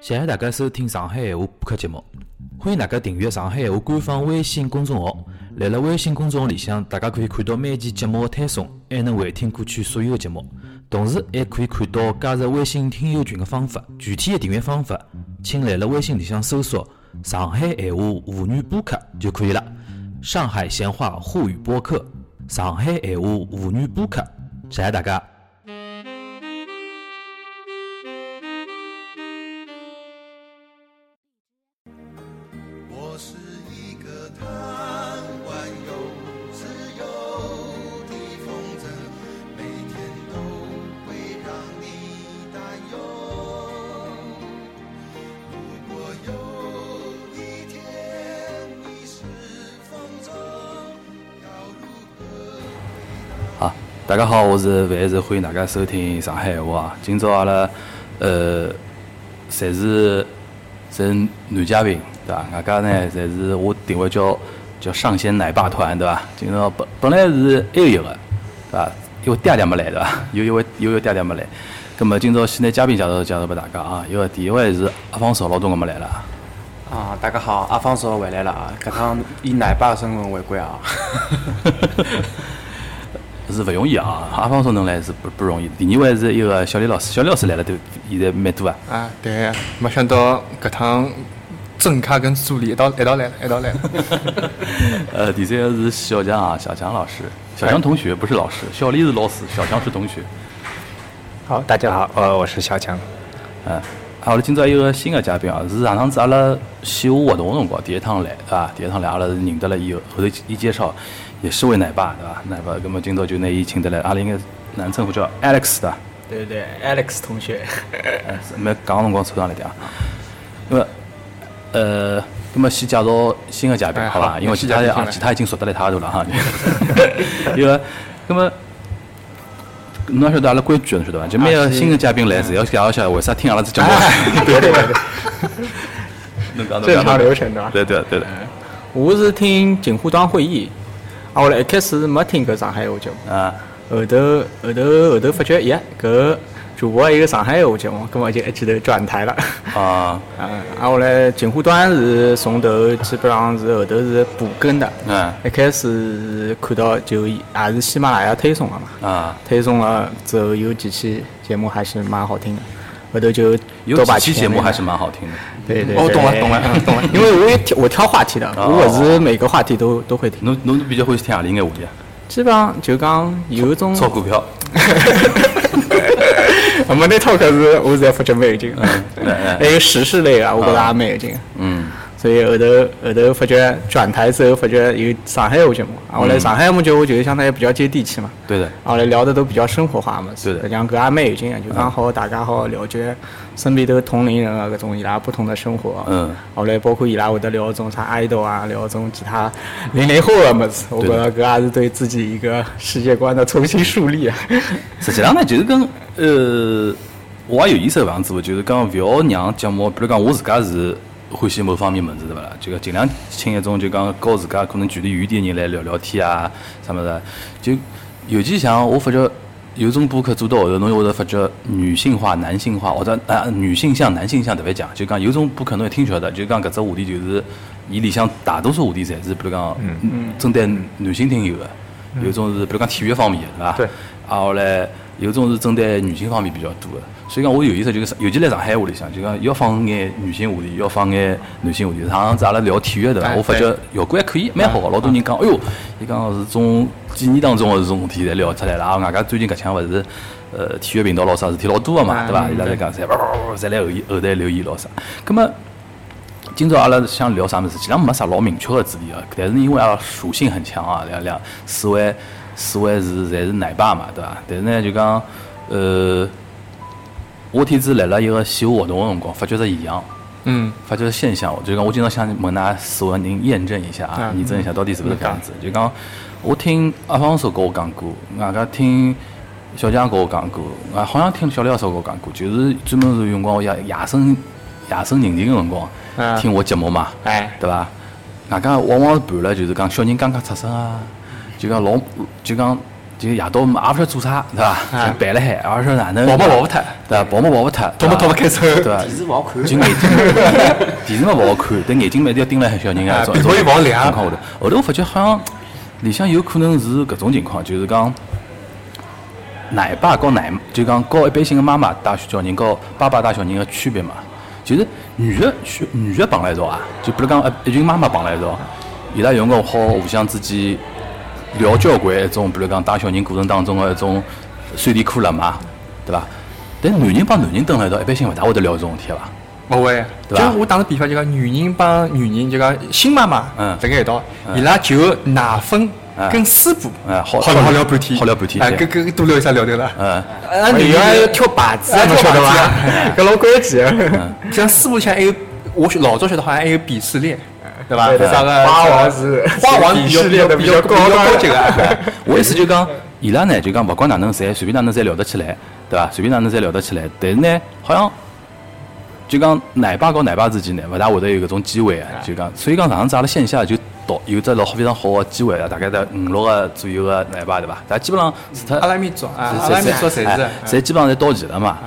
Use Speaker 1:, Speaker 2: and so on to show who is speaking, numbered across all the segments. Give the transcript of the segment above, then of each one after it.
Speaker 1: 谢谢大家收听上海闲话播客节目，欢迎大家订阅上海闲话官方微信公众号。辣辣微信公众号里向，大家可以看到每期节目的推送，还能回听过去所有的节目，同时还可以看到加入微信听友群的方法。具体的订阅方法，请辣辣微信里向搜索“上海闲话沪语播客”就可以了。上海闲话沪语播客，上海闲话沪语播客，谢谢大家。
Speaker 2: 我是一个贪玩又自由的风筝，每天都会让你担忧。如果有一天你是风中，要如何？
Speaker 1: 啊，大家好，我是范石，欢迎大家收听上海闲话啊。今朝阿拉呃，侪是侪男嘉宾对伐？外加呢，侪是我定位叫叫上仙奶爸团对伐？今朝本本来是还有一个对伐？因为爹爹没来对伐？ 有一位有一位爹爹没来，葛么今朝先拿嘉宾介绍介绍拨大家啊。一个第一位是阿方索，老多个没来了啊。
Speaker 3: 啊，大家好，阿方索回来了啊！搿趟以奶爸的身份回归啊！
Speaker 1: 是勿容易啊！阿方索能来是不不容易。第二位是一个小李老师，小李老师来了都现在蛮多啊。
Speaker 4: 啊，对，没想到搿趟郑恺跟朱莉一道一道来了，一 道来了。
Speaker 1: 呃，第三个是小强啊，小强老师，小强同学不是老师，小李是老师，小强是同学。
Speaker 5: 好，大家好，呃，我是小强。
Speaker 1: 嗯，啊，阿拉今朝有个新的嘉宾啊，是上趟子阿拉线下活动的辰光第一趟来，对伐？第一趟来阿拉是认得了以后，后头伊介绍也是位奶爸，对伐？奶爸，葛么今朝就拿伊请得来，阿拉应该男称呼叫 Alex 的，
Speaker 5: 对对，Alex 同 学，
Speaker 1: 哎没讲的辰光凑上来点啊。那么，呃，那么先介绍新的嘉宾，
Speaker 4: 哎
Speaker 1: 好吧？
Speaker 4: 好
Speaker 1: 因为其他
Speaker 4: 新
Speaker 1: 的
Speaker 4: 嘉宾
Speaker 1: 啊，
Speaker 4: 进来
Speaker 1: 其他已经熟得来一塌糊涂了 哈。 因为，那么，侬也晓得阿拉规矩的，晓得伐？就每个新的嘉宾来，侪要介绍一下为啥听阿拉这节目。
Speaker 5: 啊对对对，
Speaker 1: 侬讲侬讲
Speaker 5: 正常流程对啊吧
Speaker 1: 对对对对。
Speaker 5: 我是听锦湖端会议，啊，我来一开始没听搿上海话节目，
Speaker 1: 啊，
Speaker 5: 后头后头后头发觉，耶，搿主播也有上海话节目，葛末就一记头转台了。
Speaker 1: 啊，
Speaker 5: 啊，啊，我来锦湖端是从头基本上是后头是补更的，
Speaker 1: 嗯，
Speaker 5: 一开始是看到就也是喜马拉雅推送的嘛，
Speaker 1: 啊，
Speaker 5: 推送了之后有几期节目还是蛮好听的，后头就
Speaker 1: 有
Speaker 5: 多把
Speaker 1: 几期
Speaker 5: 钱
Speaker 1: 节目
Speaker 5: 拿
Speaker 1: 还是蛮好听的。
Speaker 5: 对对，
Speaker 4: 哦，
Speaker 5: 对
Speaker 4: 懂了，懂。了，懂了。
Speaker 5: 因为我也挑我挑话题的，我不是每个话题都都会听，
Speaker 1: 侬侬比较欢喜听何里眼话题啊？
Speaker 5: 基本上就讲有一种，
Speaker 1: 炒股票。
Speaker 5: 我们那套可是我现在发觉蛮有劲的，还有时事类啊，我觉得也蛮有劲的。
Speaker 1: 嗯，
Speaker 5: 所以后头后头发觉转台之后发觉有上海话节目，啊，我来上海话节目就是相当于比较接地气嘛，
Speaker 1: 对的。
Speaker 5: 啊，来聊的都比较生活化嘛，
Speaker 1: 对的
Speaker 5: 讲搿也蛮有劲的，就刚好大家好好了解身边都同龄人啊，搿种伊拉不同的生活，
Speaker 1: 嗯，
Speaker 5: 后来包括伊拉会得聊种啥 idol 啊，聊种其他零零后啊么子，我觉
Speaker 1: 对的
Speaker 5: 得搿也是对自己一个世界观的重新树立啊，
Speaker 1: 实际上呢，就是跟呃，我也有意识搿样子，就是讲勿要让节目，比如讲我自家是欢喜某方面物事，对勿啦？就讲尽量请一种就讲和自家可能距离远一点的人来聊聊天啊，啥物事。就尤其像我发觉。有种播客做到后头，侬会得发觉女性化、男性化，或者啊、女性向、男性向特别强。就讲有种播客侬一听晓得，就讲搿只话题就是伊里向大多数话题侪是，比如讲针对男性听友的，有种是比如讲体育方面的，对伐？
Speaker 5: 对
Speaker 1: 啊，后来有种是针对女性方面比较多的，所以讲我有意思就是，尤其来上海话里向，就讲要放眼女性话题，要放眼男性话题。上次阿拉聊体育对伐？
Speaker 4: 哎
Speaker 1: 我发觉效果还可以，蛮好。老多人讲，哎哟，伊讲是从几年当中的这种事体侪聊出来了啊。外加最近搿腔勿是，呃，体育频道老啥事体老多个嘛，对伐？伊拉在讲，侪侪来后后台留言老啥。葛么？今朝阿拉想聊啥物事，其实没啥老明确的主题啊，但是因为阿拉属性很强啊，两两四位四位是侪是奶爸嘛，对伐？但是呢，就讲呃，我天子辣辣一个线下活动的辰光，发觉只现象，
Speaker 4: 嗯，
Speaker 1: 发觉现象，就讲我经常想问㑚四位人验证一下啊，验证一下到底是不是搿样子。就讲我听阿方叔跟我讲过，外加听小强跟我讲过，啊，好像听小廖叔跟我讲过，就是专门是用光我夜夜深夜深人静个辰光
Speaker 5: 啊
Speaker 1: 听我节目嘛，
Speaker 5: 哎
Speaker 1: 对伐？外加往往是伴了就是讲小人刚刚出生啊，就讲老就讲就夜到嘛也勿晓得做啥，对伐？就摆辣海，而是哪能
Speaker 4: 哎跑嘛跑勿脱
Speaker 1: 对伐？跑嘛跑勿脱，
Speaker 4: 逃
Speaker 1: 对
Speaker 4: 么
Speaker 1: 伐
Speaker 4: 逃勿开车，
Speaker 1: 对伐？
Speaker 3: 电视勿好看，
Speaker 1: 就眼睛， 电视嘛勿好看，但眼睛嘛一定要盯辣海小人啊，
Speaker 4: 啊
Speaker 1: 种
Speaker 4: 皮肤又勿好亮
Speaker 1: 情况下头。后头我发觉好像里向有可能是搿种情况，就是讲奶爸和奶，就讲和一般性的妈妈带小人和爸爸带小人的区别嘛，就是女的小女的绑辣一道啊，就比如讲一一群妈妈绑辣一道，伊拉有辰光好互相之间聊交关一种，比如讲带小人过程当中的一种酸甜苦辣嘛，对伐？但男人帮男人蹲辣一道，一般性勿大会得聊这种事体伐？
Speaker 4: 勿会，啊
Speaker 1: 对
Speaker 4: 就
Speaker 1: 吧
Speaker 4: 是我打个比方，就讲女人帮女人，就讲新妈妈
Speaker 1: 嗯
Speaker 4: 辣盖一道，伊拉就奶粉跟水果，
Speaker 1: 嗯好
Speaker 4: 好
Speaker 1: 好
Speaker 4: 好聊半天，
Speaker 1: 好聊半天
Speaker 4: 哎，
Speaker 1: 对
Speaker 4: 跟跟多聊一下聊对了。
Speaker 1: 嗯，
Speaker 5: 那女的还哎要跳靶子啊，嗯
Speaker 4: 哎
Speaker 5: 侬晓得
Speaker 4: 跳靶子
Speaker 5: 伐
Speaker 4: 啊？
Speaker 5: 搿老关键。
Speaker 4: 像师傅像还有，我学老早晓得好像还有鄙视链，对吧？
Speaker 5: 对对
Speaker 4: 啥个
Speaker 5: 花王是
Speaker 4: 花王
Speaker 5: 鄙
Speaker 4: 比较
Speaker 5: 视链的
Speaker 4: 比
Speaker 5: 比较
Speaker 4: 较
Speaker 5: 高
Speaker 4: 比较
Speaker 5: 端
Speaker 4: 高级个。啊
Speaker 1: 我意思就讲，伊拉呢就讲，勿管哪能侪随便哪能侪聊得起来，对伐？随便哪能侪聊得起来，但是呢，好像就讲奶爸和奶爸之间呢，勿大会得有搿种机会啊，就讲，所以讲上次阿拉线下就导有只老非常好个机会啊，大概在五六个左右个奶爸对伐？但基本上除脱
Speaker 4: 阿拉面做啊，阿
Speaker 1: 侪
Speaker 4: 拉
Speaker 1: 侪
Speaker 4: 面做侪是
Speaker 1: 哎，侪基本上侪到齐了嘛。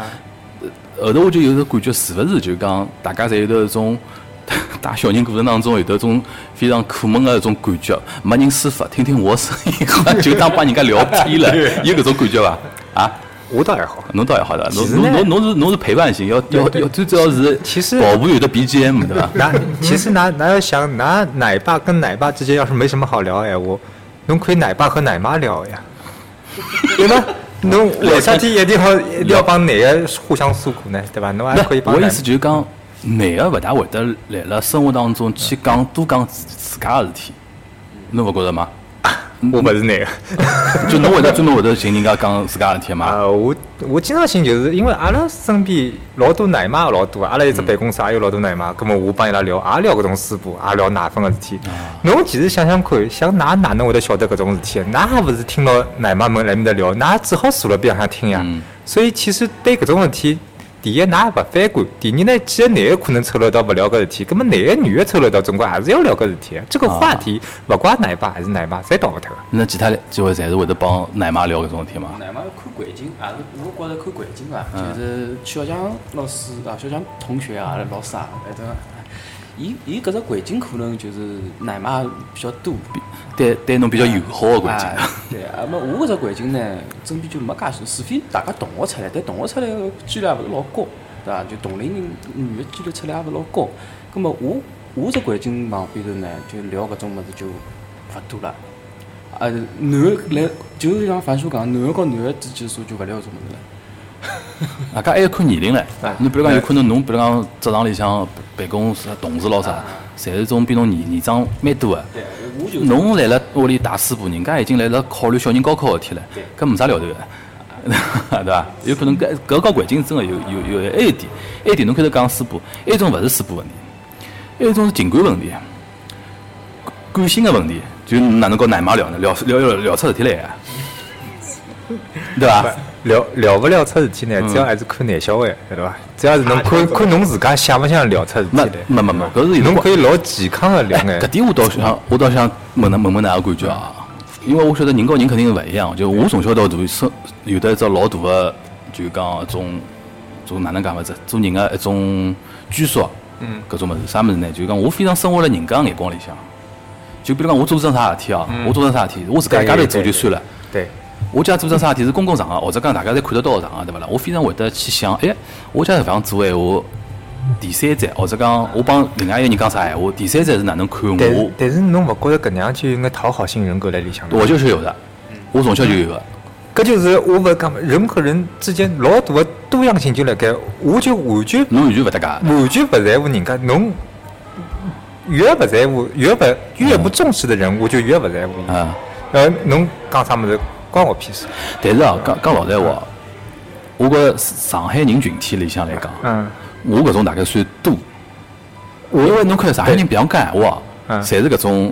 Speaker 1: 呃后头我就有种感觉，是勿是就讲大家侪有得一种 带小人过程当中有得一种非常苦闷个一种感觉，没人舒服，听听我声音， 好像就当帮人家聊天了，有搿种感觉伐？啊，
Speaker 5: 我倒还好，
Speaker 1: 侬倒还好的，侬
Speaker 5: 其实
Speaker 1: 侬
Speaker 5: 呢
Speaker 1: 侬侬是侬是陪伴型，要要要最主要是
Speaker 5: 其实
Speaker 1: 跑步有的 BGM 对伐？
Speaker 6: 那其实哪哪要想哪奶爸跟奶爸之间要是没什么好聊哎，我侬可以奶爸和奶妈聊 呀，对吗？侬我下去一定要一定要帮哪个互相诉苦呢，对吧？侬还可以
Speaker 1: 那
Speaker 6: 帮
Speaker 1: 我
Speaker 6: 奶
Speaker 1: 意思就是讲，男个勿大会得来了生活当中去讲多讲自自家个事体，侬勿觉着吗？
Speaker 6: 我不是那个
Speaker 1: 就侬会得专门会得寻人家讲自家的事体嘛？
Speaker 6: 啊，我我经常性就是因为阿拉身边老多奶妈老多，阿拉一
Speaker 1: 嗯
Speaker 6: 只办公室也有老多奶妈，葛么我帮伊拉聊，也聊搿种私补，也聊奶粉个事体。
Speaker 1: 啊
Speaker 6: 侬其实想想看，想哪哪能会得晓得搿种事体？哪也勿是听到奶妈们来面搭聊，哪只好坐辣边上听呀
Speaker 1: 嗯。
Speaker 6: 所以其实对搿种事体。第一，哪也勿反感；第二呢，既然男个可能凑了一道勿聊搿事体，葛么男个女个凑了一道，总归还是要聊搿事体。这
Speaker 1: 啊
Speaker 6: 个话题勿怪奶爸还是奶妈，侪逃勿脱个。
Speaker 1: 那其他的机会侪是会得帮奶妈聊搿种事体嘛？
Speaker 3: 奶妈要看环境，也是啊我觉着看环境伐，就是小强老师啊，小强同学啊，老师啊，反正伊伊搿只环境可能就是奶妈比较多，
Speaker 1: 对对，侬比较友好的环境。
Speaker 3: 啊对啊，么我搿只环境呢，身边就没介许，除非大家同学出来，但同学出来个几率也勿是老高，对伐？就同龄人女个几率出来也勿是老高。葛么我我只环境旁边头呢，就聊搿种物事就勿多了。啊，男个来就是像樊叔讲，男个和男个之间说就勿聊搿种物事了。
Speaker 1: 啊，搿还要看年龄唻。侬比如讲，有可能侬比如讲职场里向办公室啊同事咯啥，侪是种比侬年年长蛮多个。
Speaker 3: 对，我就
Speaker 1: 侬来了屋里大师傅，人家已经来了考虑小人高考个事体了，搿没啥聊头个， 对伐？有可能搿搿个环境真个有有有还有一点，还有一点侬开头讲师傅，还有一种勿是师傅问题，还有一种是情感问题，感性个问题，就哪能跟奶妈聊呢？聊聊聊聊出事体来个，对伐？
Speaker 6: 聊聊不了出事体呢，
Speaker 1: 嗯
Speaker 6: 主要还是看内销哎，晓得伐？主要是
Speaker 1: 啊
Speaker 6: 侬看看侬自家想勿想聊出事体
Speaker 1: 没
Speaker 6: 来。
Speaker 1: 没没没，搿是有辰
Speaker 6: 侬
Speaker 1: 光
Speaker 6: 可以老健康个聊哎
Speaker 1: 搿，点我倒想，我倒想问问问问哪个感觉啊？因为我晓得人和人肯定是勿一样，就我从小到大生有得一只老大个，就讲一种种哪能讲法子，做人个一种拘束，嗯，搿种物事啥物事呢？就讲我非常生活辣人家眼光里向，就比如讲我做桩啥事体啊，我做桩啥事体，我自家一家头做就算了。
Speaker 6: 对，
Speaker 1: 我家做桩啥事体是公共场合，或者讲大家侪看得到个场合，对勿啦？我非常会得去想，哎，我家搿样做闲话，第三者或者讲我帮另外一个人讲啥闲话，第三者是哪能看
Speaker 6: 但
Speaker 1: 我
Speaker 6: 是？但是侬勿觉着搿样就有眼讨好型人格在里向吗？
Speaker 1: 我就是有的，我从小就有的。
Speaker 6: 搿就是我勿是讲嘛人和人之间老大个多样性就辣盖，我就完全
Speaker 1: 侬完全勿搭界，
Speaker 6: 完全勿在乎人家，侬越勿在乎，越勿越不重视的人，我就越勿在乎伊。
Speaker 1: 啊！
Speaker 6: 呃，侬讲啥物事关我屁事？
Speaker 1: 但是啊，讲讲老实闲话，我觉着上海人群体里向来讲，
Speaker 6: 嗯，
Speaker 1: 我搿种大概算多。因为侬看上海人别样讲闲话啊，
Speaker 6: 嗯
Speaker 1: 侪是搿种，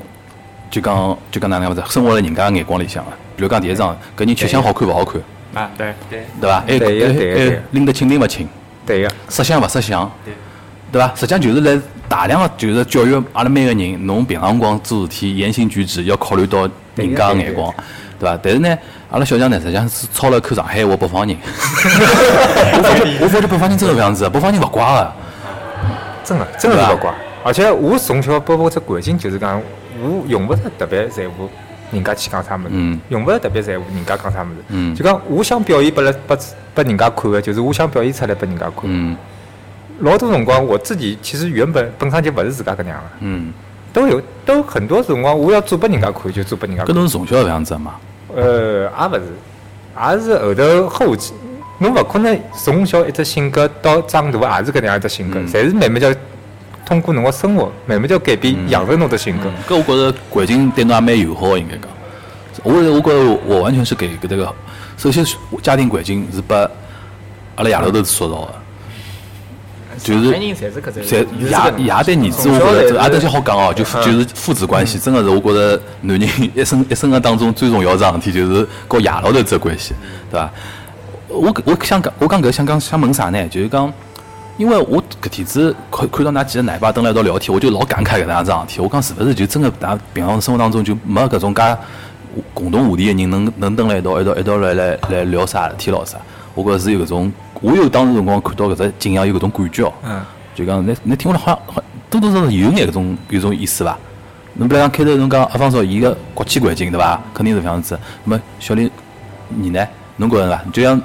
Speaker 1: 就讲就讲哪能样子，生活在人家眼光里向啊。比如讲第一
Speaker 6: 嗯
Speaker 1: 桩，搿人吃相好看勿好看，
Speaker 4: 啊，对，
Speaker 1: 对伐？还
Speaker 6: 对呀
Speaker 1: 还
Speaker 6: 对呀对
Speaker 1: 还
Speaker 6: 呀
Speaker 1: 哎拎得清拎勿清，
Speaker 6: 对个，
Speaker 1: 识相勿识相，对伐？实际上就是来大量的就是教育阿拉每个人，侬平常辰光做事体言行举止要考虑到人家的眼光。对伐？但是呢，阿拉小强呢，实际上是抄了口上海话北 方人。我发觉，我发觉北方人真的搿样子，北方人勿怪啊个。
Speaker 6: 真的真的
Speaker 1: 对
Speaker 6: 是
Speaker 1: 吧
Speaker 6: 勿怪。而且我从小包括只环境，就是讲我用勿着特别在乎人家去讲啥物事
Speaker 1: 嗯，
Speaker 6: 用勿着特别在乎人家讲啥物事。
Speaker 1: 嗯
Speaker 6: 就讲我想表现拨了拨拨人家看个，就是我想表现出来拨人家看。
Speaker 1: 嗯
Speaker 6: 老多辰光我自己其实原本本身就勿是自家搿能样个，
Speaker 1: 嗯，
Speaker 6: 都有都很多辰光我要做拨人家看，就做拨人家
Speaker 1: 搿
Speaker 6: 看。
Speaker 1: 侬是从小搿样子的嘛？
Speaker 6: 呃，也勿是，也是后头后期，侬勿可能从小一只性格到长大也是搿能样一只性格，
Speaker 1: 嗯
Speaker 6: 侪是慢慢叫通过侬个生活慢慢叫改变养成侬只性格。
Speaker 1: 搿我觉着环境对侬也蛮友好的，应该讲。我我觉着我完全是给搿这个，首先是我家庭环境是把阿拉爷老头子塑造的，就是
Speaker 5: 上海人侪是搿
Speaker 1: 侪
Speaker 5: 只，就是
Speaker 1: 爷
Speaker 5: 搿能
Speaker 1: 爷对儿子，
Speaker 6: 从
Speaker 1: 我
Speaker 6: 小
Speaker 1: 觉着
Speaker 6: 侪是
Speaker 1: 这也搭些好讲哦，就
Speaker 6: 嗯
Speaker 1: 就是父子关系，真的是我觉着男人一生一生的当中最重要的桩事体，就是和爷老头子的关系，
Speaker 6: 嗯
Speaker 1: 对伐？我搿我想讲，我讲搿想讲想问啥呢？就是讲，因为我搿天子看看到㑚几个奶爸蹲辣一道聊天，我就老感慨搿能样桩事体。我讲是勿是就真个㑚平常生活当中就没搿种介共同话题的人能能蹲辣一道一道一道来来来聊啥事体咯啥？我觉着是有搿种，我有当时辰光看到搿只景象有搿种感觉哦。
Speaker 6: 嗯，
Speaker 1: 就讲，你你听我来好像好多多少少有眼搿种有种意思伐？侬比如讲开头侬讲阿芳嫂伊个国际环境对伐？肯定是搿样子。那么小林，你呢？侬觉着伐？就像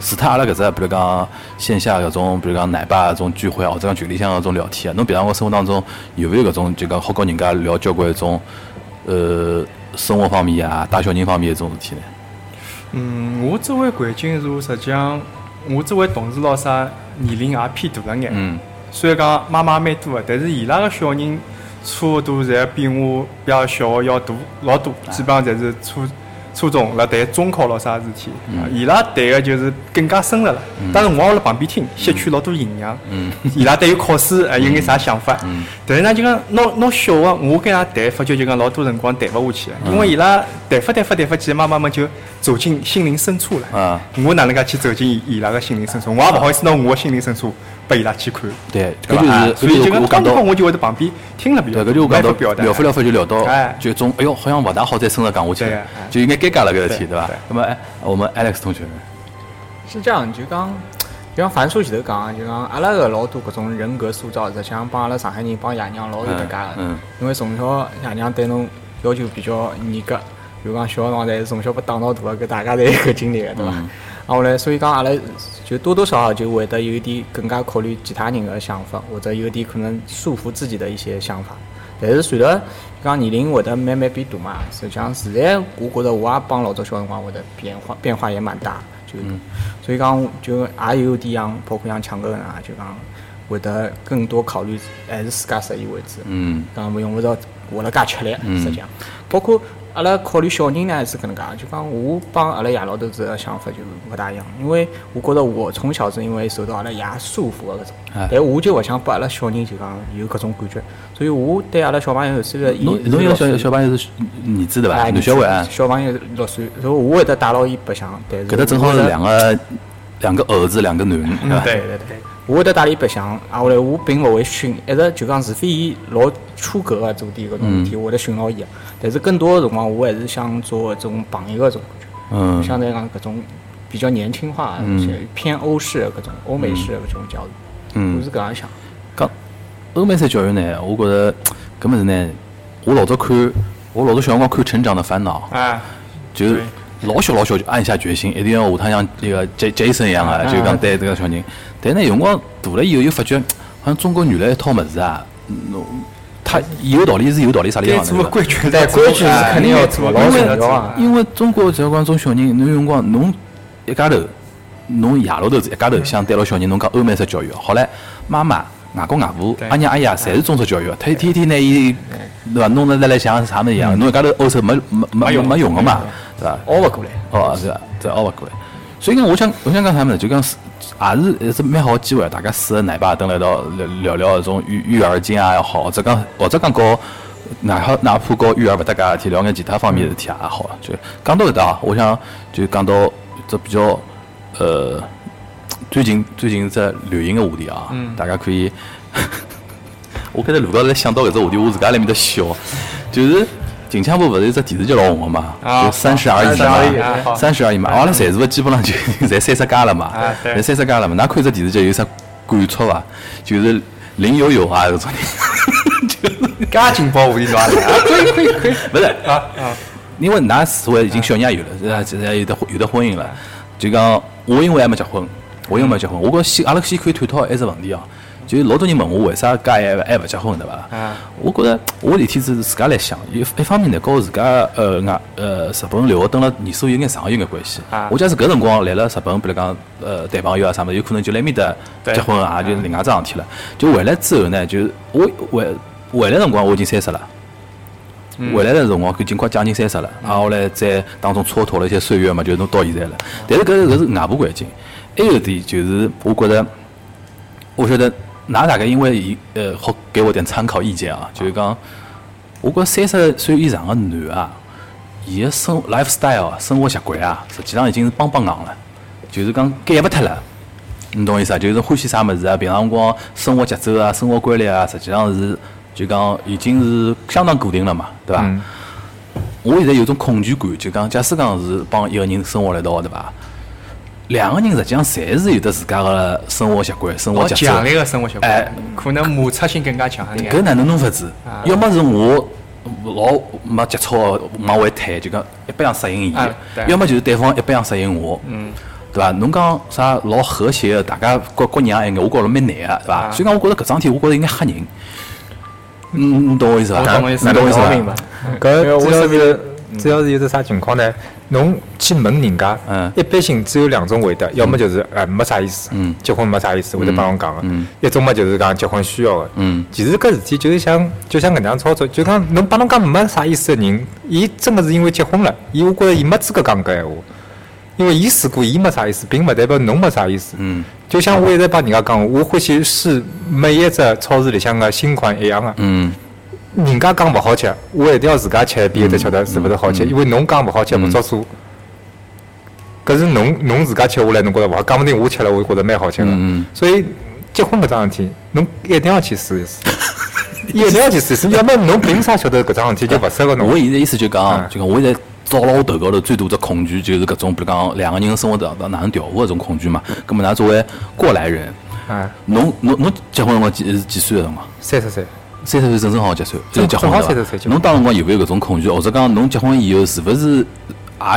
Speaker 1: 除脱阿拉搿只，比如讲线下搿种，比如讲奶爸搿种聚会啊，或者讲群里向搿种聊天啊，侬平常个生活当中有没有搿种就讲好跟人家聊交关搿种呃生活方面啊、带小人方面搿种事体呢？
Speaker 4: 嗯，我周围环境是实际上，我周围同事老啥年龄也偏大了眼。
Speaker 1: 嗯
Speaker 4: 虽然讲妈妈蛮多个，但是伊拉个小人差勿多侪比我比阿小个要大老多，
Speaker 1: 啊
Speaker 4: 基本上侪是初初中辣谈中考咯啥事体。
Speaker 1: 嗯
Speaker 4: 啊伊拉谈个就是更加深入了。当然我也辣旁边听，吸取老多营养。
Speaker 1: 嗯
Speaker 4: 伊拉对于考试还有眼啥想法
Speaker 1: 嗯？
Speaker 4: 但是呢，就讲拿拿小个，我跟伊拉谈，发觉就讲老多辰光谈勿下去了，
Speaker 1: 嗯
Speaker 4: 因为伊拉谈发谈发谈发，其实妈妈们就走进心灵深处了。
Speaker 1: 啊，
Speaker 4: 我哪能介去走进伊伊拉个心灵深处？我也勿好意思拿我个心灵深处拨伊拉去看。
Speaker 1: 对，搿
Speaker 4: 对
Speaker 1: 就
Speaker 4: 吧啊
Speaker 1: 是
Speaker 4: 所
Speaker 1: 搿
Speaker 4: 以
Speaker 1: 就
Speaker 4: 这
Speaker 1: 是
Speaker 4: 个
Speaker 1: 我
Speaker 4: 刚
Speaker 1: 讲
Speaker 4: 刚
Speaker 1: 到
Speaker 4: 我就会在旁边听了比较，
Speaker 1: 对，搿就我讲
Speaker 4: 没
Speaker 1: 到
Speaker 4: 法表达
Speaker 1: 聊发聊发就聊到
Speaker 4: 哎，
Speaker 1: 就一种哎哟，好像勿大好再深入讲下去
Speaker 4: 对
Speaker 1: 了
Speaker 4: 啊，哎
Speaker 1: 就有眼尴尬了搿事体，
Speaker 4: 对
Speaker 1: 对伐
Speaker 4: 对？
Speaker 1: 那么哎，我们 Alex 同学呢，
Speaker 5: 是这样，就讲，就像樊叔前头讲啊，就讲阿拉个老多搿种人格塑造，实际上帮阿拉上海人帮爷娘老有搭界个。
Speaker 1: 嗯嗯
Speaker 5: 因为从小爷娘对侬要求比较严格，比如讲小辰光侪是从小被打到大个，搿大家侪有搿经历个，对伐？
Speaker 1: 嗯
Speaker 5: 啊，后来所以讲阿拉就多多少少就会得有一点更加考虑其他人个想法，或者有点可能束缚自己的一些想法。但是随着讲年龄会得慢慢变大嘛，实际上现在我觉着我也帮老早小辰光会得变化变化也蛮大，就是讲所以讲就也有点像包括像强哥啊，就讲会得更多考虑还是自家适意为主。
Speaker 1: 嗯，
Speaker 5: 讲勿用勿着活了介吃力，
Speaker 1: 嗯
Speaker 5: 实际上，包括阿拉考虑小人呢是搿能介，就讲我帮阿拉爷老头子个想法就勿大一样，因为我觉着我从小是因为受到阿拉爷束缚个搿种
Speaker 1: 哎，
Speaker 5: 但我就勿想拨阿拉小人就讲有搿种感觉，所以我对阿拉小朋友虽然伊
Speaker 1: 侬侬有个小小朋友是儿子对伐？
Speaker 5: 哎
Speaker 1: 男小孩啊，
Speaker 5: 小朋友六岁，然后我会得带牢伊白相，但是
Speaker 1: 搿搭正好
Speaker 5: 我觉
Speaker 1: 是
Speaker 5: 得
Speaker 1: 两个两个儿子，两个囡恩，对伐？
Speaker 4: 嗯对
Speaker 5: 对对对，我会得带伊白相，啊，后来我并勿会训，一直就讲，除非伊老出格啊，做点搿种
Speaker 6: 嗯
Speaker 5: 事体，我会得训牢伊啊。但是更多的辰光，我还是想做搿种朋友搿种感觉，
Speaker 1: 嗯
Speaker 5: 相对讲搿种比较年轻化，
Speaker 6: 嗯
Speaker 5: 而且偏欧式的搿种欧美式的搿种教育，
Speaker 1: 嗯
Speaker 5: 我是搿样想。
Speaker 1: 讲欧美式教育呢，我觉着搿物事呢，我老早看，我老早小辰光看《成长的烦恼》，
Speaker 4: 啊，
Speaker 1: 就是老小老小就暗下决心，一定要下趟像那个 J Jason 一样啊，就是讲对这个小人。但呢，有辰光大了以后又发觉，好像中国原来一套么子啊，侬它有道理是有道理啥地
Speaker 4: 该
Speaker 1: 方
Speaker 4: 做
Speaker 1: 呢
Speaker 4: 的？规矩是
Speaker 5: 对规矩是肯定要做
Speaker 4: 老
Speaker 5: 老
Speaker 1: 因
Speaker 5: 重
Speaker 4: 重
Speaker 5: 要
Speaker 4: 要
Speaker 5: 啊
Speaker 4: 啊。
Speaker 1: 为因为中国只要讲种小人，侬有辰光侬一家头，侬爷老头子一家头想对牢小人，侬讲欧美式教育，好嘞，妈妈。外公外婆、阿娘阿爷，侪是中式教育。他一天天呢，伊对伐，弄得来来像啥么一样，侬一家头欧式没没嗯没没用个嘛，对伐？
Speaker 5: 熬勿过来，
Speaker 1: 哦，是啊，这熬勿过来。所以讲，我想，我想讲啥么子，就讲是，也是一只蛮好的机会，大家四个奶爸蹲辣一道聊聊聊搿种育育儿经啊也好，或者讲或者讲搞哪怕哪怕搞育儿勿搭界的事体，聊眼其他方面的事体也好。就讲到搿搭啊，我想就讲到这比较呃最近最近只流行个话题啊，
Speaker 4: 嗯
Speaker 1: 大家可 以。我开头录到来想到搿只话题，我自家辣面搭笑，就是近腔部勿是有只电视剧老红个嘛，
Speaker 4: 啊
Speaker 1: 就三十而已
Speaker 4: 三十而已啊
Speaker 1: 嘛，
Speaker 4: 好
Speaker 1: 三十而已嘛，阿拉侪是勿基本上就 侪三十加了嘛
Speaker 4: 啊，对
Speaker 1: 侪三十加了嘛，㑚看只电视剧有啥感触伐？就是林有有啊搿种
Speaker 4: 介劲爆无敌抓 的，
Speaker 1: 人，勿是啊，因为㑚四位已经小伢有了，是吧现在有的有的婚姻了，就讲我因为还没结婚，我因为没结婚，我觉先阿拉先可以探讨一只问题哦。就是老多人问我为啥介还还勿结婚，对伐？
Speaker 4: 啊
Speaker 1: 我觉着我事体是自家来想，一一方面呢，跟我自家呃外呃日本留学蹲了年数有眼长有眼关系。
Speaker 4: 啊
Speaker 1: 我假使搿辰光来了日本，比如讲呃谈朋友啊啥物事，有可能就来面搭
Speaker 4: 对
Speaker 1: 结婚啊，就是另外桩事体了。就回来之后呢，就是我回回来辰光我已经三十了。回来的辰光，搿尽快将近三十了，然后嘞，在当中蹉跎了一些岁月嘛，就侬到现在了。但是搿搿是外部环境，还有一点就是，我觉着，我晓得，㑚大概因为伊呃，好给我点参考意见啊，就是讲，我觉三十岁以上的男啊，伊个生 lifestyle 啊生活习惯啊，实际上已经是帮帮硬了，就是讲改勿脱了。你懂我意思啊？就是欢喜啥物事啊，平常辰光生活节奏啊、生活规律啊，实际上是就讲已经是相当固定了嘛，对伐？
Speaker 6: 嗯
Speaker 1: 我现在有种恐惧感，就讲假使讲是帮一个人生活辣一道，对伐？两个人实际上侪是有得自家个生活习惯、生活
Speaker 4: 我
Speaker 1: 节
Speaker 5: 哦
Speaker 1: 奏。
Speaker 4: 强烈的生活习
Speaker 1: 哎
Speaker 4: 惯，可能摩擦性更加强一
Speaker 1: 搿
Speaker 4: 点。
Speaker 1: 哪能弄法子？要么是我老没接触的往外推，就讲一般样适应伊
Speaker 4: 啊对；
Speaker 1: 要么就是对方一般样适应我。嗯。对伐？侬讲啥老和谐的，大家各各让一眼，我觉着蛮难个，对伐？
Speaker 4: 啊
Speaker 1: 所以讲，我觉着搿桩事体，我觉着应该吓人。嗯，你懂我意思伐？
Speaker 4: 我懂我意思
Speaker 1: 你懂我意思
Speaker 5: 老明白
Speaker 1: 伐？。
Speaker 6: 搿主
Speaker 5: 我
Speaker 6: 要
Speaker 5: 身边
Speaker 6: 是主要是有只啥情况呢？侬去问人家
Speaker 1: 嗯，
Speaker 6: 一般性只有两种回答，要么就是哎没啥意思
Speaker 1: 嗯，
Speaker 6: 结婚没啥意思，会得帮侬讲个
Speaker 1: 嗯；
Speaker 6: 一种嘛就是讲结婚需要个。
Speaker 1: 嗯
Speaker 6: 其实搿事体就是像就像搿能样操作，就讲侬帮侬讲没啥意思个人，伊真个是因为结婚了，伊我觉着伊没资格讲搿闲话，因为伊试过伊没啥意思，并勿代表侬没啥意思。
Speaker 1: 嗯
Speaker 6: 就像我一直帮人家讲，我欢喜试每一只超市里向个新款一样个。
Speaker 1: 嗯
Speaker 6: 人家讲勿好吃，我一定要自家吃一遍，才晓得是勿是好吃。因为侬讲勿好吃，勿作数。搿是侬侬自家吃下来，侬觉着勿好，讲勿定我吃了，我觉着蛮好吃个
Speaker 1: 嗯嗯。
Speaker 6: 所以结婚搿桩事体，侬一定要去试一试，一定要去试一试。要么侬凭啥晓得搿桩事体就勿适合侬
Speaker 1: 我？现在意思就讲
Speaker 6: 嗯，
Speaker 1: 就讲我现在到了我头高头最大只恐惧就是搿种，比如讲两个人生活当当哪能调和搿种恐惧嘛。葛末㑚作为过来人，
Speaker 6: 啊，
Speaker 1: 侬侬侬结婚辰光几是几岁个辰光？
Speaker 6: 三十岁，
Speaker 1: 三十岁正正好结算，
Speaker 6: 正
Speaker 1: 结婚
Speaker 6: 嗯正好
Speaker 1: 对
Speaker 6: 30
Speaker 1: 伐
Speaker 6: 岁结婚
Speaker 1: 侬当辰光有没有搿种恐惧，或者讲侬结婚以后是勿是